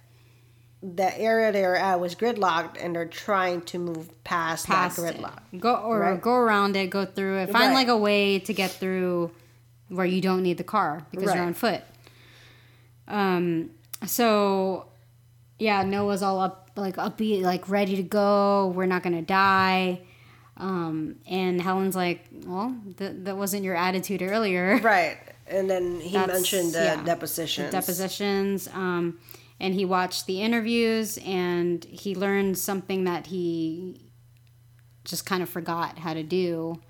C: the area they were at was gridlocked, and they're trying to move past,
B: past
C: that
B: it.
C: gridlock.
B: Go or
C: Right.
B: go around it, go through it, find
C: Right.
B: like a way to get through where you don't need the car because
C: Right.
B: you're on foot. Um. So, yeah, Noah's all up, like upbeat, like ready to go. We're not gonna die. Um, and Helen's like, well, th- that wasn't your attitude earlier.
C: Right. And then he
B: That's-
C: mentioned the
B: yeah.
C: depositions.
B: depositions um, and he watched the interviews and he learned something that he just kind of forgot how to do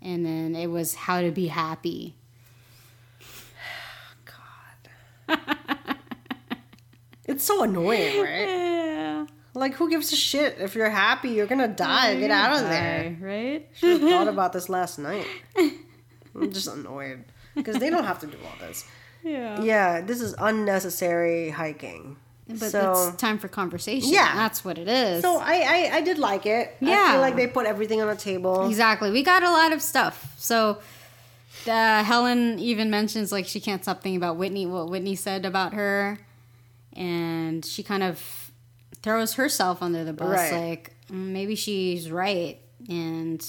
B: and then it was how to be happy
C: It's so annoying, right? Like, who gives a shit? If you're happy, you're gonna die. Get out of there.
B: right
C: I thought about this last night. I'm just annoyed because they don't have to do all this.
B: yeah
C: Yeah, this is unnecessary hiking.
B: but
C: so,
B: it's time for conversation
C: Yeah.
B: that's what it is
C: so I, I I did like it. I
B: Yeah.
C: feel like they put everything on the table.
B: exactly we got a lot of stuff so uh, helen even mentions like she can't stop thinking about whitney what whitney said about her and she kind of throws herself under the bus
C: Right.
B: like mm, maybe she's right and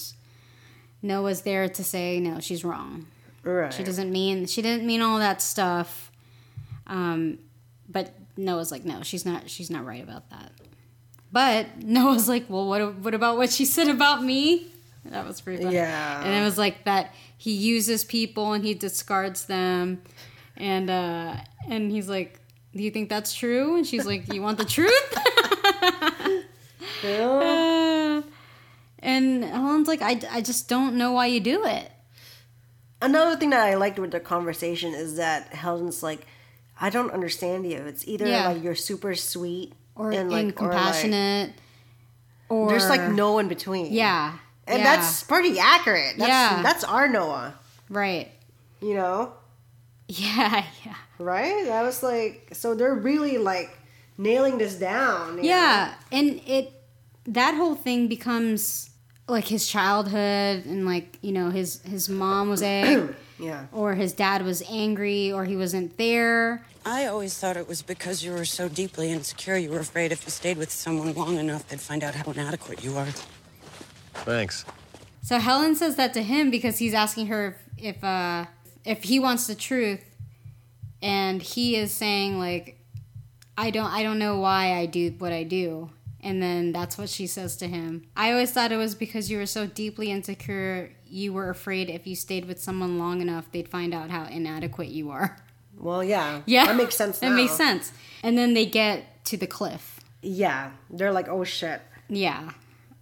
B: noah's there to say no she's wrong
C: Right.
B: she doesn't mean she didn't mean all that stuff um but noah's like no she's not she's not right about that but noah's like well what, what about what she said about me that was pretty funny
C: Yeah.
B: and it was like that he uses people and he discards them and uh and he's like do you think that's true and she's like you want the truth
C: Yeah.
B: Uh, And Helen's like, I, I just don't know why you do it.
C: Another thing that I liked with their conversation is that Helen's like, I don't understand you. It's either
B: Yeah.
C: like you're super sweet
B: Or
C: and like or, like-
B: compassionate. Or,
C: there's like no in between.
B: Yeah.
C: and
B: yeah,
C: that's pretty accurate. That's,
B: Yeah.
C: that's our Noah.
B: right.
C: You know,
B: Yeah, yeah.
C: right? That was like so they're really like nailing this down. you
B: Yeah, and it that whole thing becomes like his childhood and like, you know, his his mom was egg
C: know? yeah.
B: or his dad was angry or he wasn't there.
E: I always thought it was because you were so deeply insecure, you were afraid if you stayed with someone long enough, they'd find out how inadequate you are.
F: Thanks.
B: So Helen says that to him because he's asking her if if, uh, if he wants the truth, and he is saying like, I don't I don't know why I do what I do. And then that's what she says to him. I always thought it was because you were so deeply insecure, you were afraid if you stayed with someone long enough, they'd find out how inadequate you are.
C: Well, yeah.
B: Yeah,
C: That makes sense.
B: That
C: now.
B: makes sense. And then they get to the cliff.
C: Yeah. They're like, oh shit.
B: Yeah.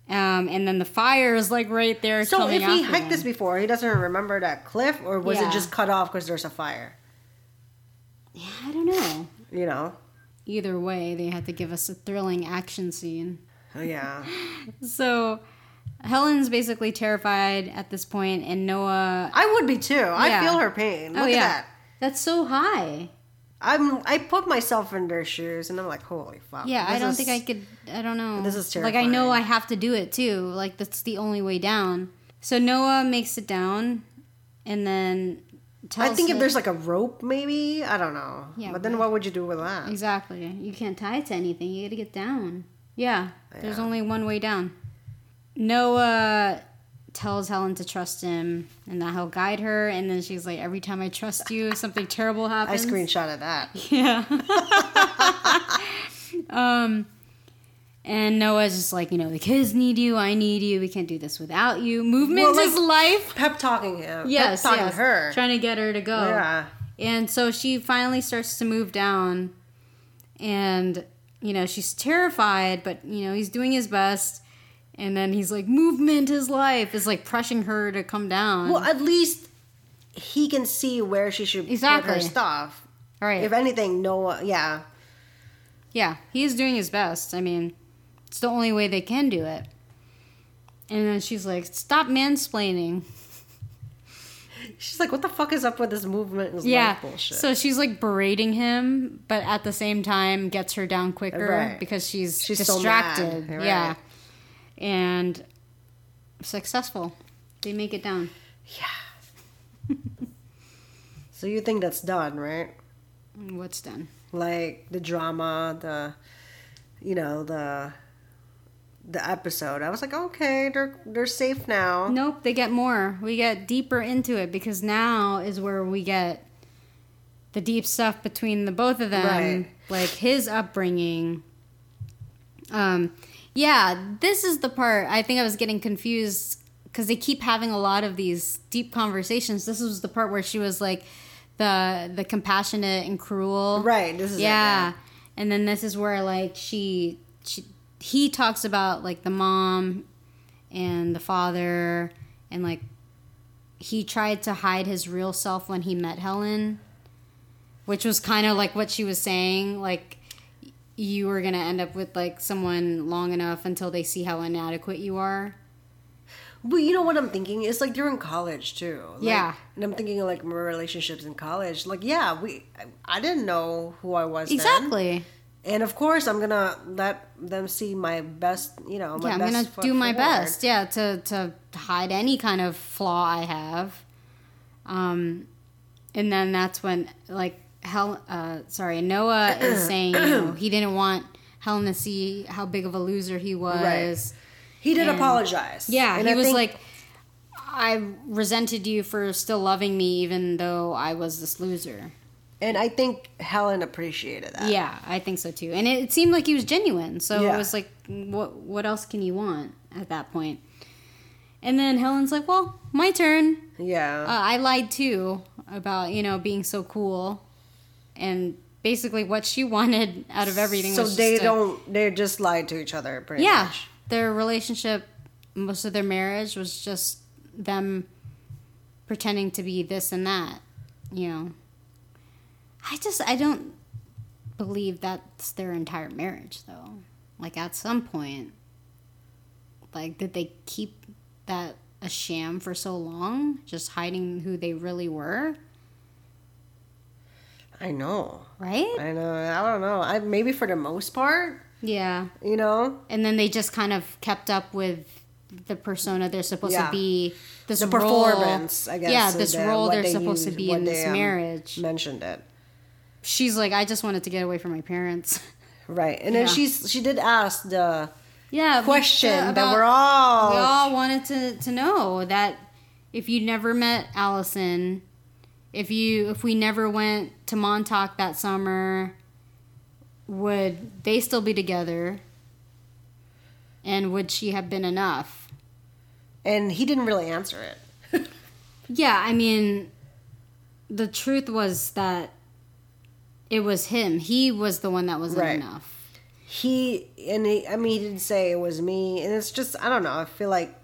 B: Um, and then the fire is like right there.
C: So
B: coming
C: if he
B: after
C: hiked
B: them.
C: this before, he doesn't remember that cliff, or was
B: Yeah.
C: it just cut off because there's a fire?
B: I don't know.
C: You know.
B: either way, they had to give us a thrilling action scene.
C: Oh, Yeah.
B: So Helen's basically terrified at this point, and Noah.
C: I would be too. I
B: Yeah.
C: feel her pain. Look
B: oh
C: at
B: yeah,
C: that.
B: that's so high.
C: I'm. I put myself in their shoes, and I'm like, holy fuck.
B: Yeah, I
C: this
B: don't
C: is-
B: think I could. I don't know.
C: This is
B: Like I know I
C: terrifying.
B: have to do it too. Like that's the only way down. So Noah makes it down, and then tells.
C: I think if
B: him-
C: there's like a rope, maybe I don't know.
B: Yeah,
C: but then
B: right.
C: what would you do with that?
B: Exactly. You can't tie it to anything. You gotta get down. Yeah. There's only one way down. Noah tells Helen to trust him and that he'll guide her. And then she's like, every time I trust you, something terrible
C: I
B: happens.
C: screenshot of that.
B: Um, And Noah's just like, you know, the kids need you. I need you. We can't do this without you. Movement
C: Well, like-
B: is life.
C: Pep talking him.
B: Yes.
C: Pep talking
B: yes.
C: her.
B: Trying to get her to go.
C: yeah.
B: And so she finally starts to move down and you know, she's terrified, but you know, he's doing his best. And then he's like, movement is life is like pressuring her to come down.
C: Well, at least he can see where she should put
B: Exactly.
C: her stuff.
B: All right.
C: If anything, Noah. Yeah.
B: yeah, he is doing his best. I mean, it's the only way they can do it. And then she's like, stop mansplaining.
C: She's like, what the fuck is up with this movement? And this
B: Yeah.
C: Bullshit.
B: So she's like berating him, but at the same time gets her down quicker
C: Right.
B: because she's,
C: She's so mad.
B: distracted.
C: Right.
B: Yeah. And successful. They make it down.
C: so you think that's done, right?
B: What's done?
C: like the drama, the you know the the episode. I was like, okay, they're they're safe now.
B: Nope, they get more. We get deeper into it because now is where we get the deep stuff between the both of them,
C: Right.
B: like his upbringing. Um, yeah, this is the part I think I was getting confused because they keep having a lot of these deep conversations. This was the part where she was like the the compassionate and cruel,
C: Right, this is it,
B: yeah.
C: yeah.
B: And then this is where like she she he talks about like the mom and the father and like he tried to hide his real self when he met Helen, which was kind of like what she was saying, like you were gonna end up with like someone long enough until they see how inadequate you are.
C: But you know what I'm thinking? It's like during college too. Like,
B: Yeah.
C: And I'm thinking like my relationships in college. Like, yeah, we I, I didn't know who I was then.
B: Exactly.
C: And of course, I'm gonna let them see my best. You know, my
B: yeah, I'm
C: best
B: gonna
C: foot
B: do my
C: forward.
B: best. Yeah, to to hide any kind of flaw I have. Um, and then that's when like Hel uh sorry Noah is saying you know, he didn't want Helen to see how big of a loser he was.
C: He did apologize.
B: Yeah,
C: And
B: he
C: I
B: was
C: think-
B: like, I resented you for still loving me, even though I was this loser.
C: and I think Helen appreciated that.
B: Yeah, I think so too. And it, it seemed like he was genuine. So
C: Yeah.
B: it was like, what what else can you want at that point? And then Helen's like, well, my turn.
C: Yeah.
B: Uh, I lied too about you know being so cool, and basically what she wanted out of everything.
C: so
B: was
C: they
B: just a-
C: don't. They just lied to each other. Pretty
B: yeah,
C: much.
B: their relationship most of their marriage was just them pretending to be this and that, you know. I just I don't believe that's their entire marriage though. Like at some point like did they keep that a sham for so long, just hiding who they really were,
C: I know.
B: right?
C: I know. I don't know. I maybe for the most part,
B: Yeah.
C: you know,
B: and then they just kind of kept up with the persona they're supposed
C: Yeah.
B: to be. This
C: the
B: role-
C: performance. I guess.
B: Yeah,
C: is
B: this
C: that
B: role
C: what
B: they're
C: they
B: supposed to
C: used-
B: be
C: what
B: in this
C: they, um,
B: marriage.
C: Mentioned it.
B: She's like, I just wanted to get away from my parents.
C: Right, and then
B: Yeah.
C: she's she did ask the
B: yeah, we-
C: question
B: uh,
C: that
B: about-
C: we're all,
B: we all wanted to to know that if you never met Allison, if you if we never went to Montauk that summer, would they still be together? And would she have been enough?
C: and he didn't really answer it.
B: Yeah, I mean, the truth was that it was him. He was the one that wasn't
C: Right.
B: enough.
C: He and he, I mean, he didn't say it was me, and it's just I don't know. I feel like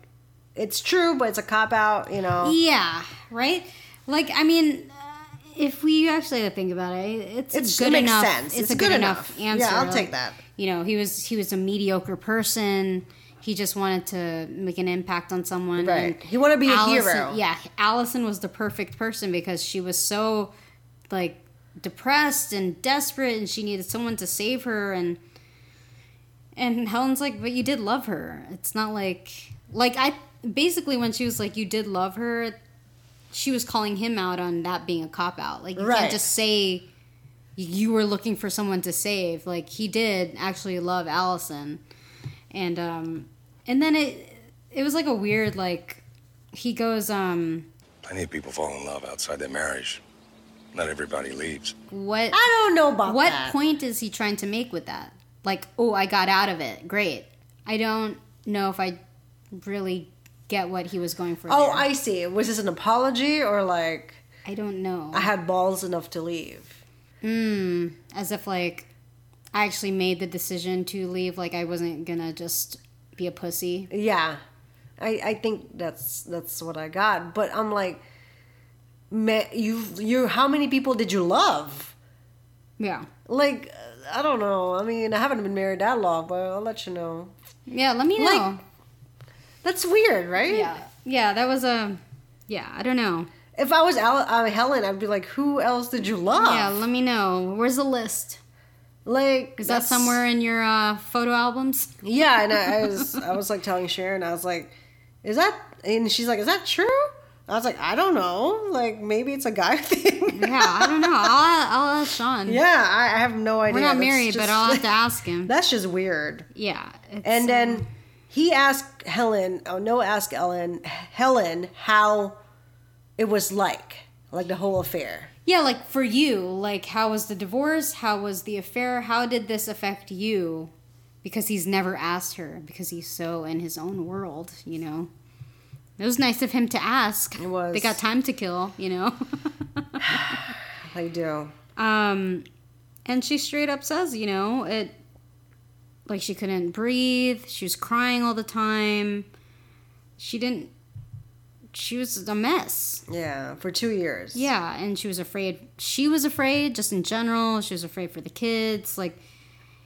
C: it's true, but it's a cop out, you know.
B: Yeah, right? Like, I mean, uh, if we actually think about it, it's,
C: It's-
B: good
C: it makes
B: enough.
C: sense.
B: It's, a good, enough, answer.
C: Yeah, I'll
B: Like,
C: take that.
B: You know, he was he was a mediocre person. He just wanted to make an impact on someone.
C: Right.
B: and
C: He wanted to be a
B: Allison-
C: hero.
B: Yeah, Allison was the perfect person because she was so like depressed and desperate, and she needed someone to save her. And and Helen's like, but you did love her. It's not like like I basically when she was like, you did love her. She was calling him out on that being a cop out. Like you
C: Right.
B: can't just say you were looking for someone to save. Like he did actually love Allison, and um, and then it it was like a weird like he goes um
F: Plenty of people fall in love outside their marriage. Not everybody leaves.
B: what
C: I don't know about
B: what
C: that.
B: point is he trying to make with that? Like oh I got out of it great. I don't know if I really get what he was going for.
C: Oh,
B: there.
C: I see. Was this an apology or like
B: I don't know. Hmm.
C: I had balls enough to leave?
B: As if like I actually made the decision to leave. Like I wasn't gonna just be a pussy.
C: Yeah, I I think that's that's what I got. But I'm like, man, you you how many people did you love?
B: Yeah.
C: Like I don't know. I mean, I haven't been married that long, but I'll let you know.
B: Yeah, let me know.
C: Like- That's weird, right?
B: yeah. Yeah, that was a yeah, I don't know.
C: If I was Al- uh, Helen, I'd be like, who else did you love?
B: Yeah, let me know. Where's the list?
C: like
B: Is that
C: that's-
B: somewhere in your uh, photo albums?
C: Yeah, and I, I was I was like telling Sharon, I was like, is that? And she's like, is that true? I was like, I don't know. Like maybe it's a guy thing.
B: Yeah, I don't know. I'll, I'll ask Sean.
C: yeah, I, I have no idea.
B: We're not
C: That's
B: married, but
C: just-
B: I'll have to ask him.
C: That's just weird.
B: Yeah. it's- um,
C: And then he asked Helen, oh no, ask Ellen, Helen, how it was like, like the whole affair.
B: yeah, like for you, like how was the divorce? How was the affair? How did this affect you? Because he's never asked her because he's so in his own world, you know. It was nice of him to ask. It
C: was.
B: They got time to kill, you know.
C: I do.
B: Um, and she straight up says, you know, it like she couldn't breathe. She was crying all the time. She didn't. She was a mess.
C: Yeah, for two years.
B: Yeah, and she was afraid. She was afraid just in general. She was afraid for the kids, like,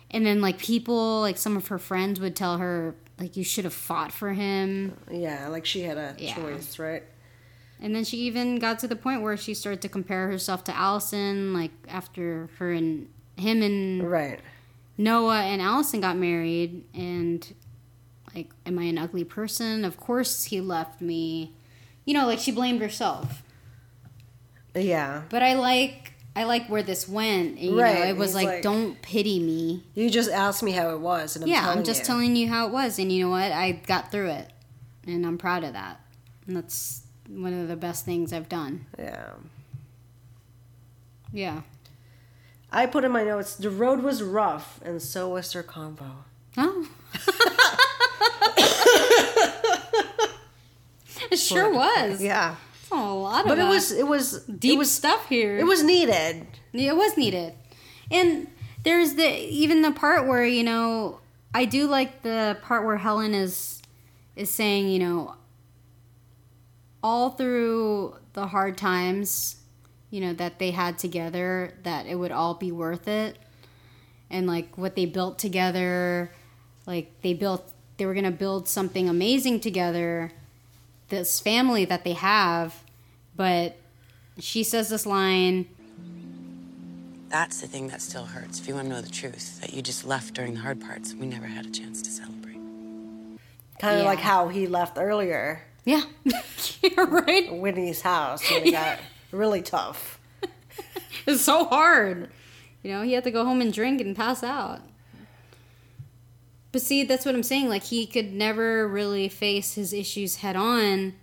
B: and then like people, like some of her friends would tell her like you should have fought for him.
C: Yeah, like she had a
B: Yeah.
C: choice, right?
B: And then she even got to the point where she started to compare herself to Allison, like after her and him and
C: Right.
B: Noah and Allison got married, and like, am I an ugly person? Of course he left me. You know, like she blamed herself.
C: Yeah.
B: But I like, I like where this went. And, you know,
C: Right,
B: it was
C: he's
B: like,
C: like-
B: don't pity me.
C: You just asked me how it was, and I'm
B: yeah,
C: telling
B: I'm just
C: you.
B: telling you how it was, and you know what? I got through it, and I'm proud of that. And that's one of the best things I've done.
C: Yeah.
B: Yeah.
C: I put in my notes. The road was rough, and so was their convo.
B: Oh. it sure was.
C: Yeah,
B: It's a lot of
C: but it
B: us.
C: was it was
B: deep
C: It was
B: stuff here.
C: it was needed.
B: Yeah, it was needed, and there's the even the part where you know I do like the part where Helen is is saying, you know, all through the hard times, you know, that they had together, that it would all be worth it. And like what they built together, like they built, they were going to build something amazing together, this family that they have. But she says this line,
E: That's the thing that still hurts, if you want to know the truth, that you just left during the hard parts. We never had a chance to celebrate.
C: Kind of
B: Yeah.
C: like how he left earlier,
B: yeah, right?
C: Whitney's house when it got really tough.
B: It's so hard. You know, he had to go home and drink and pass out. But see, that's what I'm saying. Like, he could never really face his issues head on.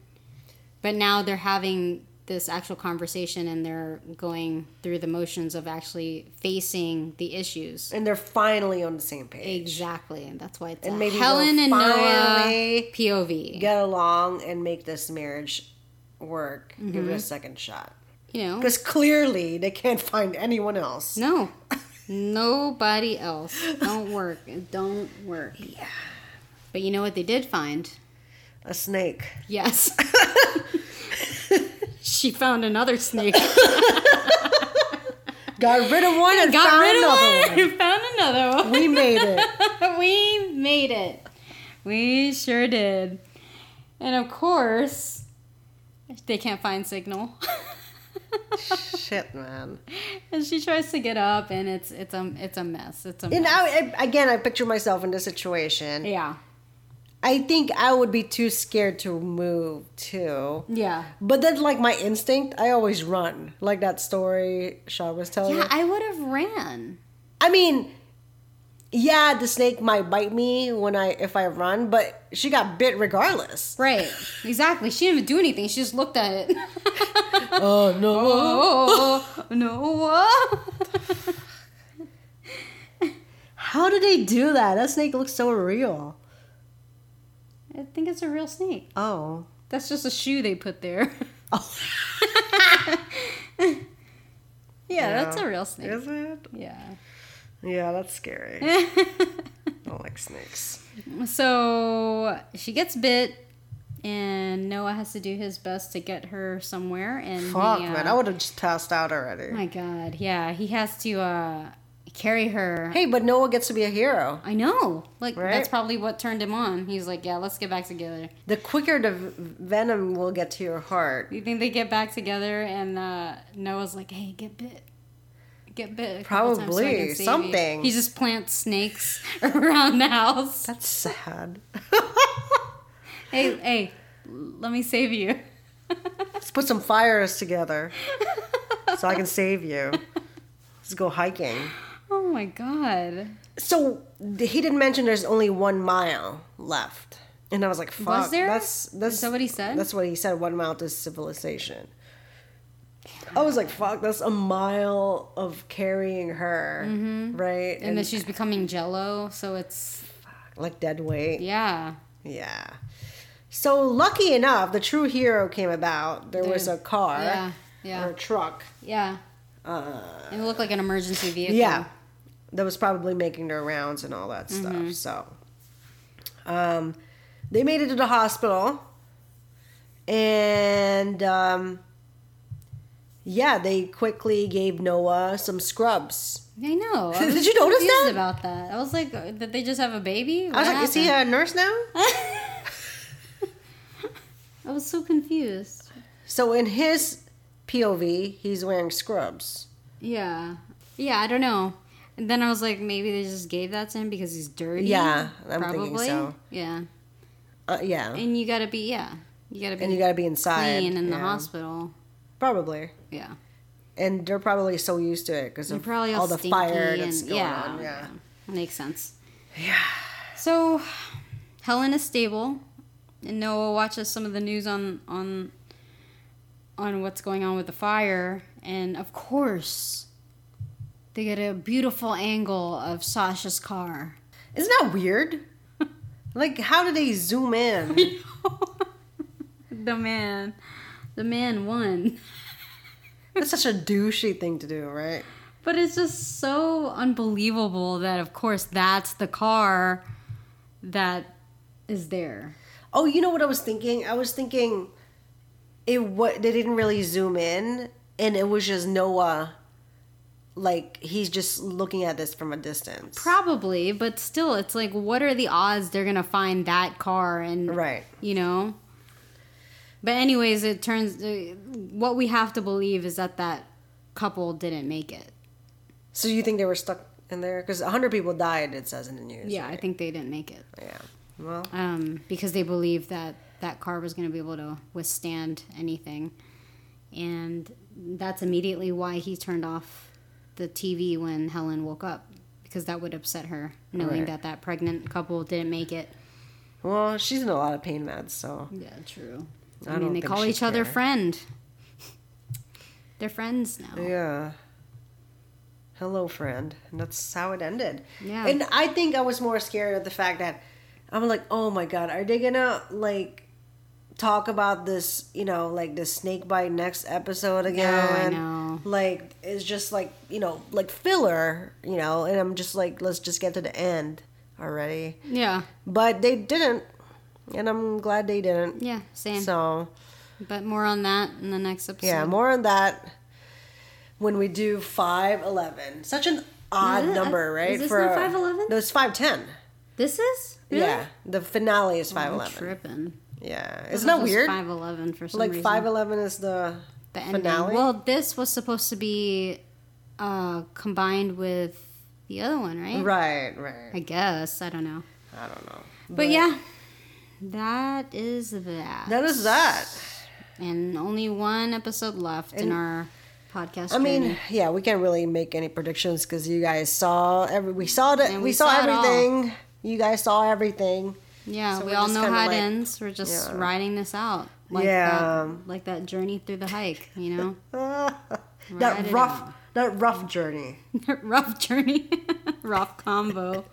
B: But now they're having this actual conversation and they're going through the motions of actually facing the issues.
C: And they're finally on the same page.
B: Exactly. And that's why it's
C: And
B: a
C: maybe
B: Helen
C: they'll
B: and Noah
C: finally
B: POV.
C: Get along and make this marriage work. Give
B: Mm-hmm.
C: it a second shot.
B: You know?
C: Because clearly they can't find anyone else.
B: No. Nobody else. Don't work. It don't work. Yeah. But you know what they did find?
C: A snake.
B: Yes. she found another snake.
C: Got rid of one and
B: Got
C: found
B: rid of
C: another one.
B: one. found another one.
C: We made it.
B: we made it. We sure did. And of course, they can't find signal.
C: Shit, man.
B: and she tries to get up and it's it's a it's a mess. It's a
C: And
B: mess.
C: I, I, again, I picture myself in this situation.
B: yeah.
C: I think I would be too scared to move too.
B: Yeah.
C: But then, like my instinct, I always run. Like that story Sean was telling.
B: Yeah,
C: you.
B: I would have ran.
C: I mean, yeah, the snake might bite me when I if I run, but she got bit regardless.
B: Right. Exactly. She didn't even do anything. She just looked at it.
C: Oh no!
B: oh, no.
C: How do they do that? That snake looks so real.
B: I think it's a real snake.
C: Oh,
B: That's just a shoe they put there. yeah, that's a real snake.
C: is it?
B: Yeah.
C: Yeah, that's scary. I don't like snakes.
B: So she gets bit, and Noah has to do his best to get her somewhere. And he,
C: Fuck,
B: uh, Oh
C: man, I would have just passed out already.
B: my God, yeah, he has to uh, carry her.
C: Hey, but Noah gets to be a hero.
B: I know. Like
C: Right?
B: that's probably what turned him on. He's like, yeah, let's get back together.
C: The quicker the v- venom will get to your heart,
B: You think they get back together and uh, Noah's like, "Hey, get bit, get bit." a couple times so I
C: Probably,
B: can save you."
C: something.
B: He just plants snakes around the house.
C: that's sad.
B: Hey, hey, let me save you.
C: Let's put some fires together so I can save you. Let's go hiking.
B: Oh my god,
C: So th- he didn't mention there's only one mile left, and I was like, "Fuck."
B: there?
C: That's that's
B: Is that what he said?
C: That's what he said. One mile to civilization. I was like, "Fuck!" That's a mile of carrying her, right?
B: Mm-hmm. and then she's becoming Jello, so it's
C: like dead weight.
B: yeah,
C: Yeah. So lucky enough, the true hero came about. There was a car
B: yeah,
C: or
B: yeah,
C: a truck.
B: yeah. it looked like an emergency vehicle.
C: Yeah. That was probably making their rounds and all that
B: Mm-hmm.
C: stuff. So um they made it to the hospital and um yeah, they quickly gave Noah some scrubs.
B: I know. I
C: Did
B: was
C: you notice
B: confused
C: that?
B: About that, I was like, did they just have a baby?
C: I was
B: What
C: like, is he
B: happened?"
C: a nurse now?
B: I was so confused.
C: So in his POV, he's wearing scrubs.
B: Yeah. Yeah, I don't know. And then I was like, maybe they just gave that to him because he's dirty.
C: Yeah, I'm thinking so.
B: Yeah.
C: Uh, yeah.
B: And you gotta be, yeah. You gotta be
C: and you got to be inside
B: clean in the
C: yeah.
B: hospital.
C: probably
B: Yeah.
C: and they're probably so used to it because
B: You're
C: of
B: probably
C: all,
B: all,
C: the
B: stinky
C: fire
B: and,
C: that's going
B: yeah,
C: on yeah
B: Makes sense. Yeah. So Helen is stable and Noah watches some of the news on on on what's going on with the fire and of course they get a beautiful angle of Sasha's car.
C: isn't that weird like how do they zoom in
B: the man the man won
C: that's such a douchey thing to do right
B: but it's just so unbelievable that of course that's the car that is there
C: Oh, you know what I was thinking? I was thinking it what they didn't really zoom in and it was just Noah like he's just looking at this from a distance.
B: Probably, but still, it's like, what are the odds they're gonna find that car? And
C: Right.
B: you know. But anyways, it turns. uh, What we have to believe is that that couple didn't make it.
C: so you think they were stuck in there cuz 100 people died it says in the news.
B: Yeah, I think they didn't make it
C: Yeah. Well,
B: um, because they believed that that car was gonna be able to withstand anything, and that's immediately why he turned off the TV when Helen woke up because that would upset her knowing
C: Right.
B: that that pregnant couple didn't make it.
C: well, she's in a lot of pain meds, so
B: Yeah, true.
C: I
B: I,
C: don't
B: mean, they
C: think
B: call
C: she'd
B: each other
C: care.
B: friend. They're friends now.
C: Yeah. Hello, friend. And that's how it ended.
B: Yeah.
C: And I think I was more scared of the fact that I'm like, oh my god, are they gonna like talk about this, you know, like the snake bite next episode again?
B: know.
C: Like it's just like, you know, like filler, you know, and I'm just like, let's just get to the end already.
B: Yeah,
C: But they didn't. And I'm glad they didn't.
B: yeah, same.
C: So
B: But more on that in the next episode.
C: yeah, more on that when we do five eleven. Such an odd
B: No, that-
C: number,
B: is
C: right?
B: this
C: a-
B: not 5'11"?
C: No, it's five ten.
B: This is
C: Yeah, the finale is five
B: I'm
C: eleven.
B: tripping.
C: Yeah, isn't that weird?
B: Five eleven for some
C: Like
B: reason.
C: five eleven is the,
B: the ending.
C: finale.
B: Well, this was supposed to be uh, combined with the other one, right?
C: right, right.
B: I guess I don't know,
C: I don't know.
B: but, yeah, that is that.
C: That is that.
B: and only one episode left in our podcast.
C: I mean,
B: journey.
C: yeah, we can't really make any predictions because you guys saw every. We saw the, we,
B: And we
C: saw,
B: saw it all.
C: everything. You guys saw everything.
B: Yeah,
C: So
B: we
C: we're
B: all
C: just
B: know
C: kinda
B: how it
C: like-
B: ends. We're just
C: Yeah.
B: riding this out. Like
C: Yeah.
B: That, like that journey through the hike, you know? Ride
C: that
B: it
C: rough,
B: out.
C: that rough journey.
B: Rough journey. Rough combo.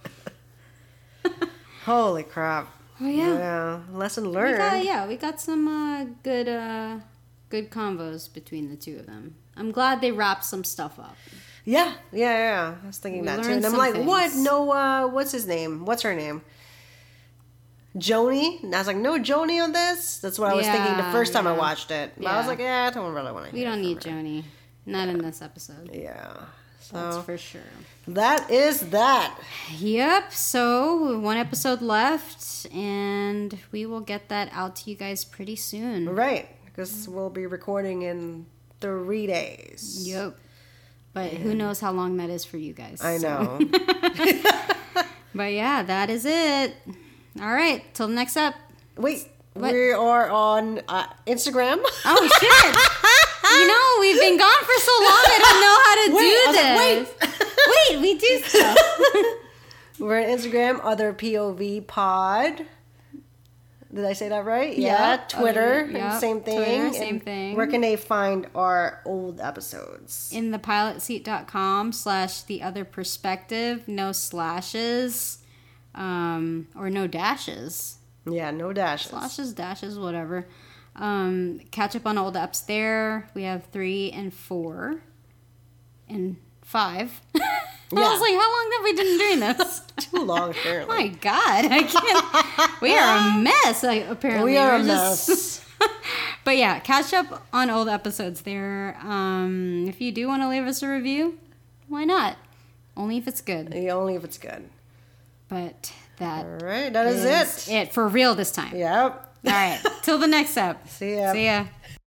C: Holy crap!
B: Oh, yeah.
C: Yeah, lesson
B: We
C: learned.
B: got, yeah, we got some uh, good uh, good convos between the two of them. I'm glad they wrapped some stuff up.
C: Yeah, yeah, yeah. I was thinking
B: We
C: that too.
B: learned
C: And I'm
B: some
C: like, what?
B: things.
C: No, uh, what's his name? What's her name? Joni? And I was like, no Joni on this? That's what I was thinking the
B: Yeah,
C: first time I
B: yeah.
C: watched it. But I was
B: Yeah.
C: like, yeah, I don't really want to
B: We don't need Joni. Not in this episode.
C: Yeah.
B: That's
C: So
B: for sure.
C: that is that.
B: Yep. So one episode left, and we will get that out to you guys pretty soon.
C: Right. Because we'll be recording in three days.
B: Yep. But who knows how long that is for you guys.
C: I
B: so.
C: know.
B: But yeah, that is it. All right. Till next up.
C: Wait,
B: What?
C: we are on uh, Instagram.
B: Oh, shit. you know, we've been gone for so long, I don't know how to
C: Wait, I was
B: do
C: like,
B: this. wait. we do stuff.
C: We're on Instagram, other POV pod. Did I say that right? Yeah.
B: Yep.
C: Twitter,
B: Other- yep.
C: same thing.
B: Twitter,
C: And
B: same thing.
C: Where can they find our old episodes?
B: In the pilotseat.com slash the other perspective, no slashes um, or no dashes.
C: Yeah, no dashes.
B: Slashes, dashes, whatever. Um, catch up on old ups there. We have three and four and five. I was like, how long have we been doing this?
C: Too long, apparently.
B: My God, I can't. we are a mess. I, apparently,
C: we are a
B: We're just-
C: mess.
B: but yeah, catch up on old episodes there. Um, if you do want to leave us a review, why not? Only if it's good.
C: Yeah, Only if it's good.
B: But that
C: All right, that is,
B: is it for real this time.
C: Yep.
B: All right. Till the next up.
C: See ya.
B: See ya.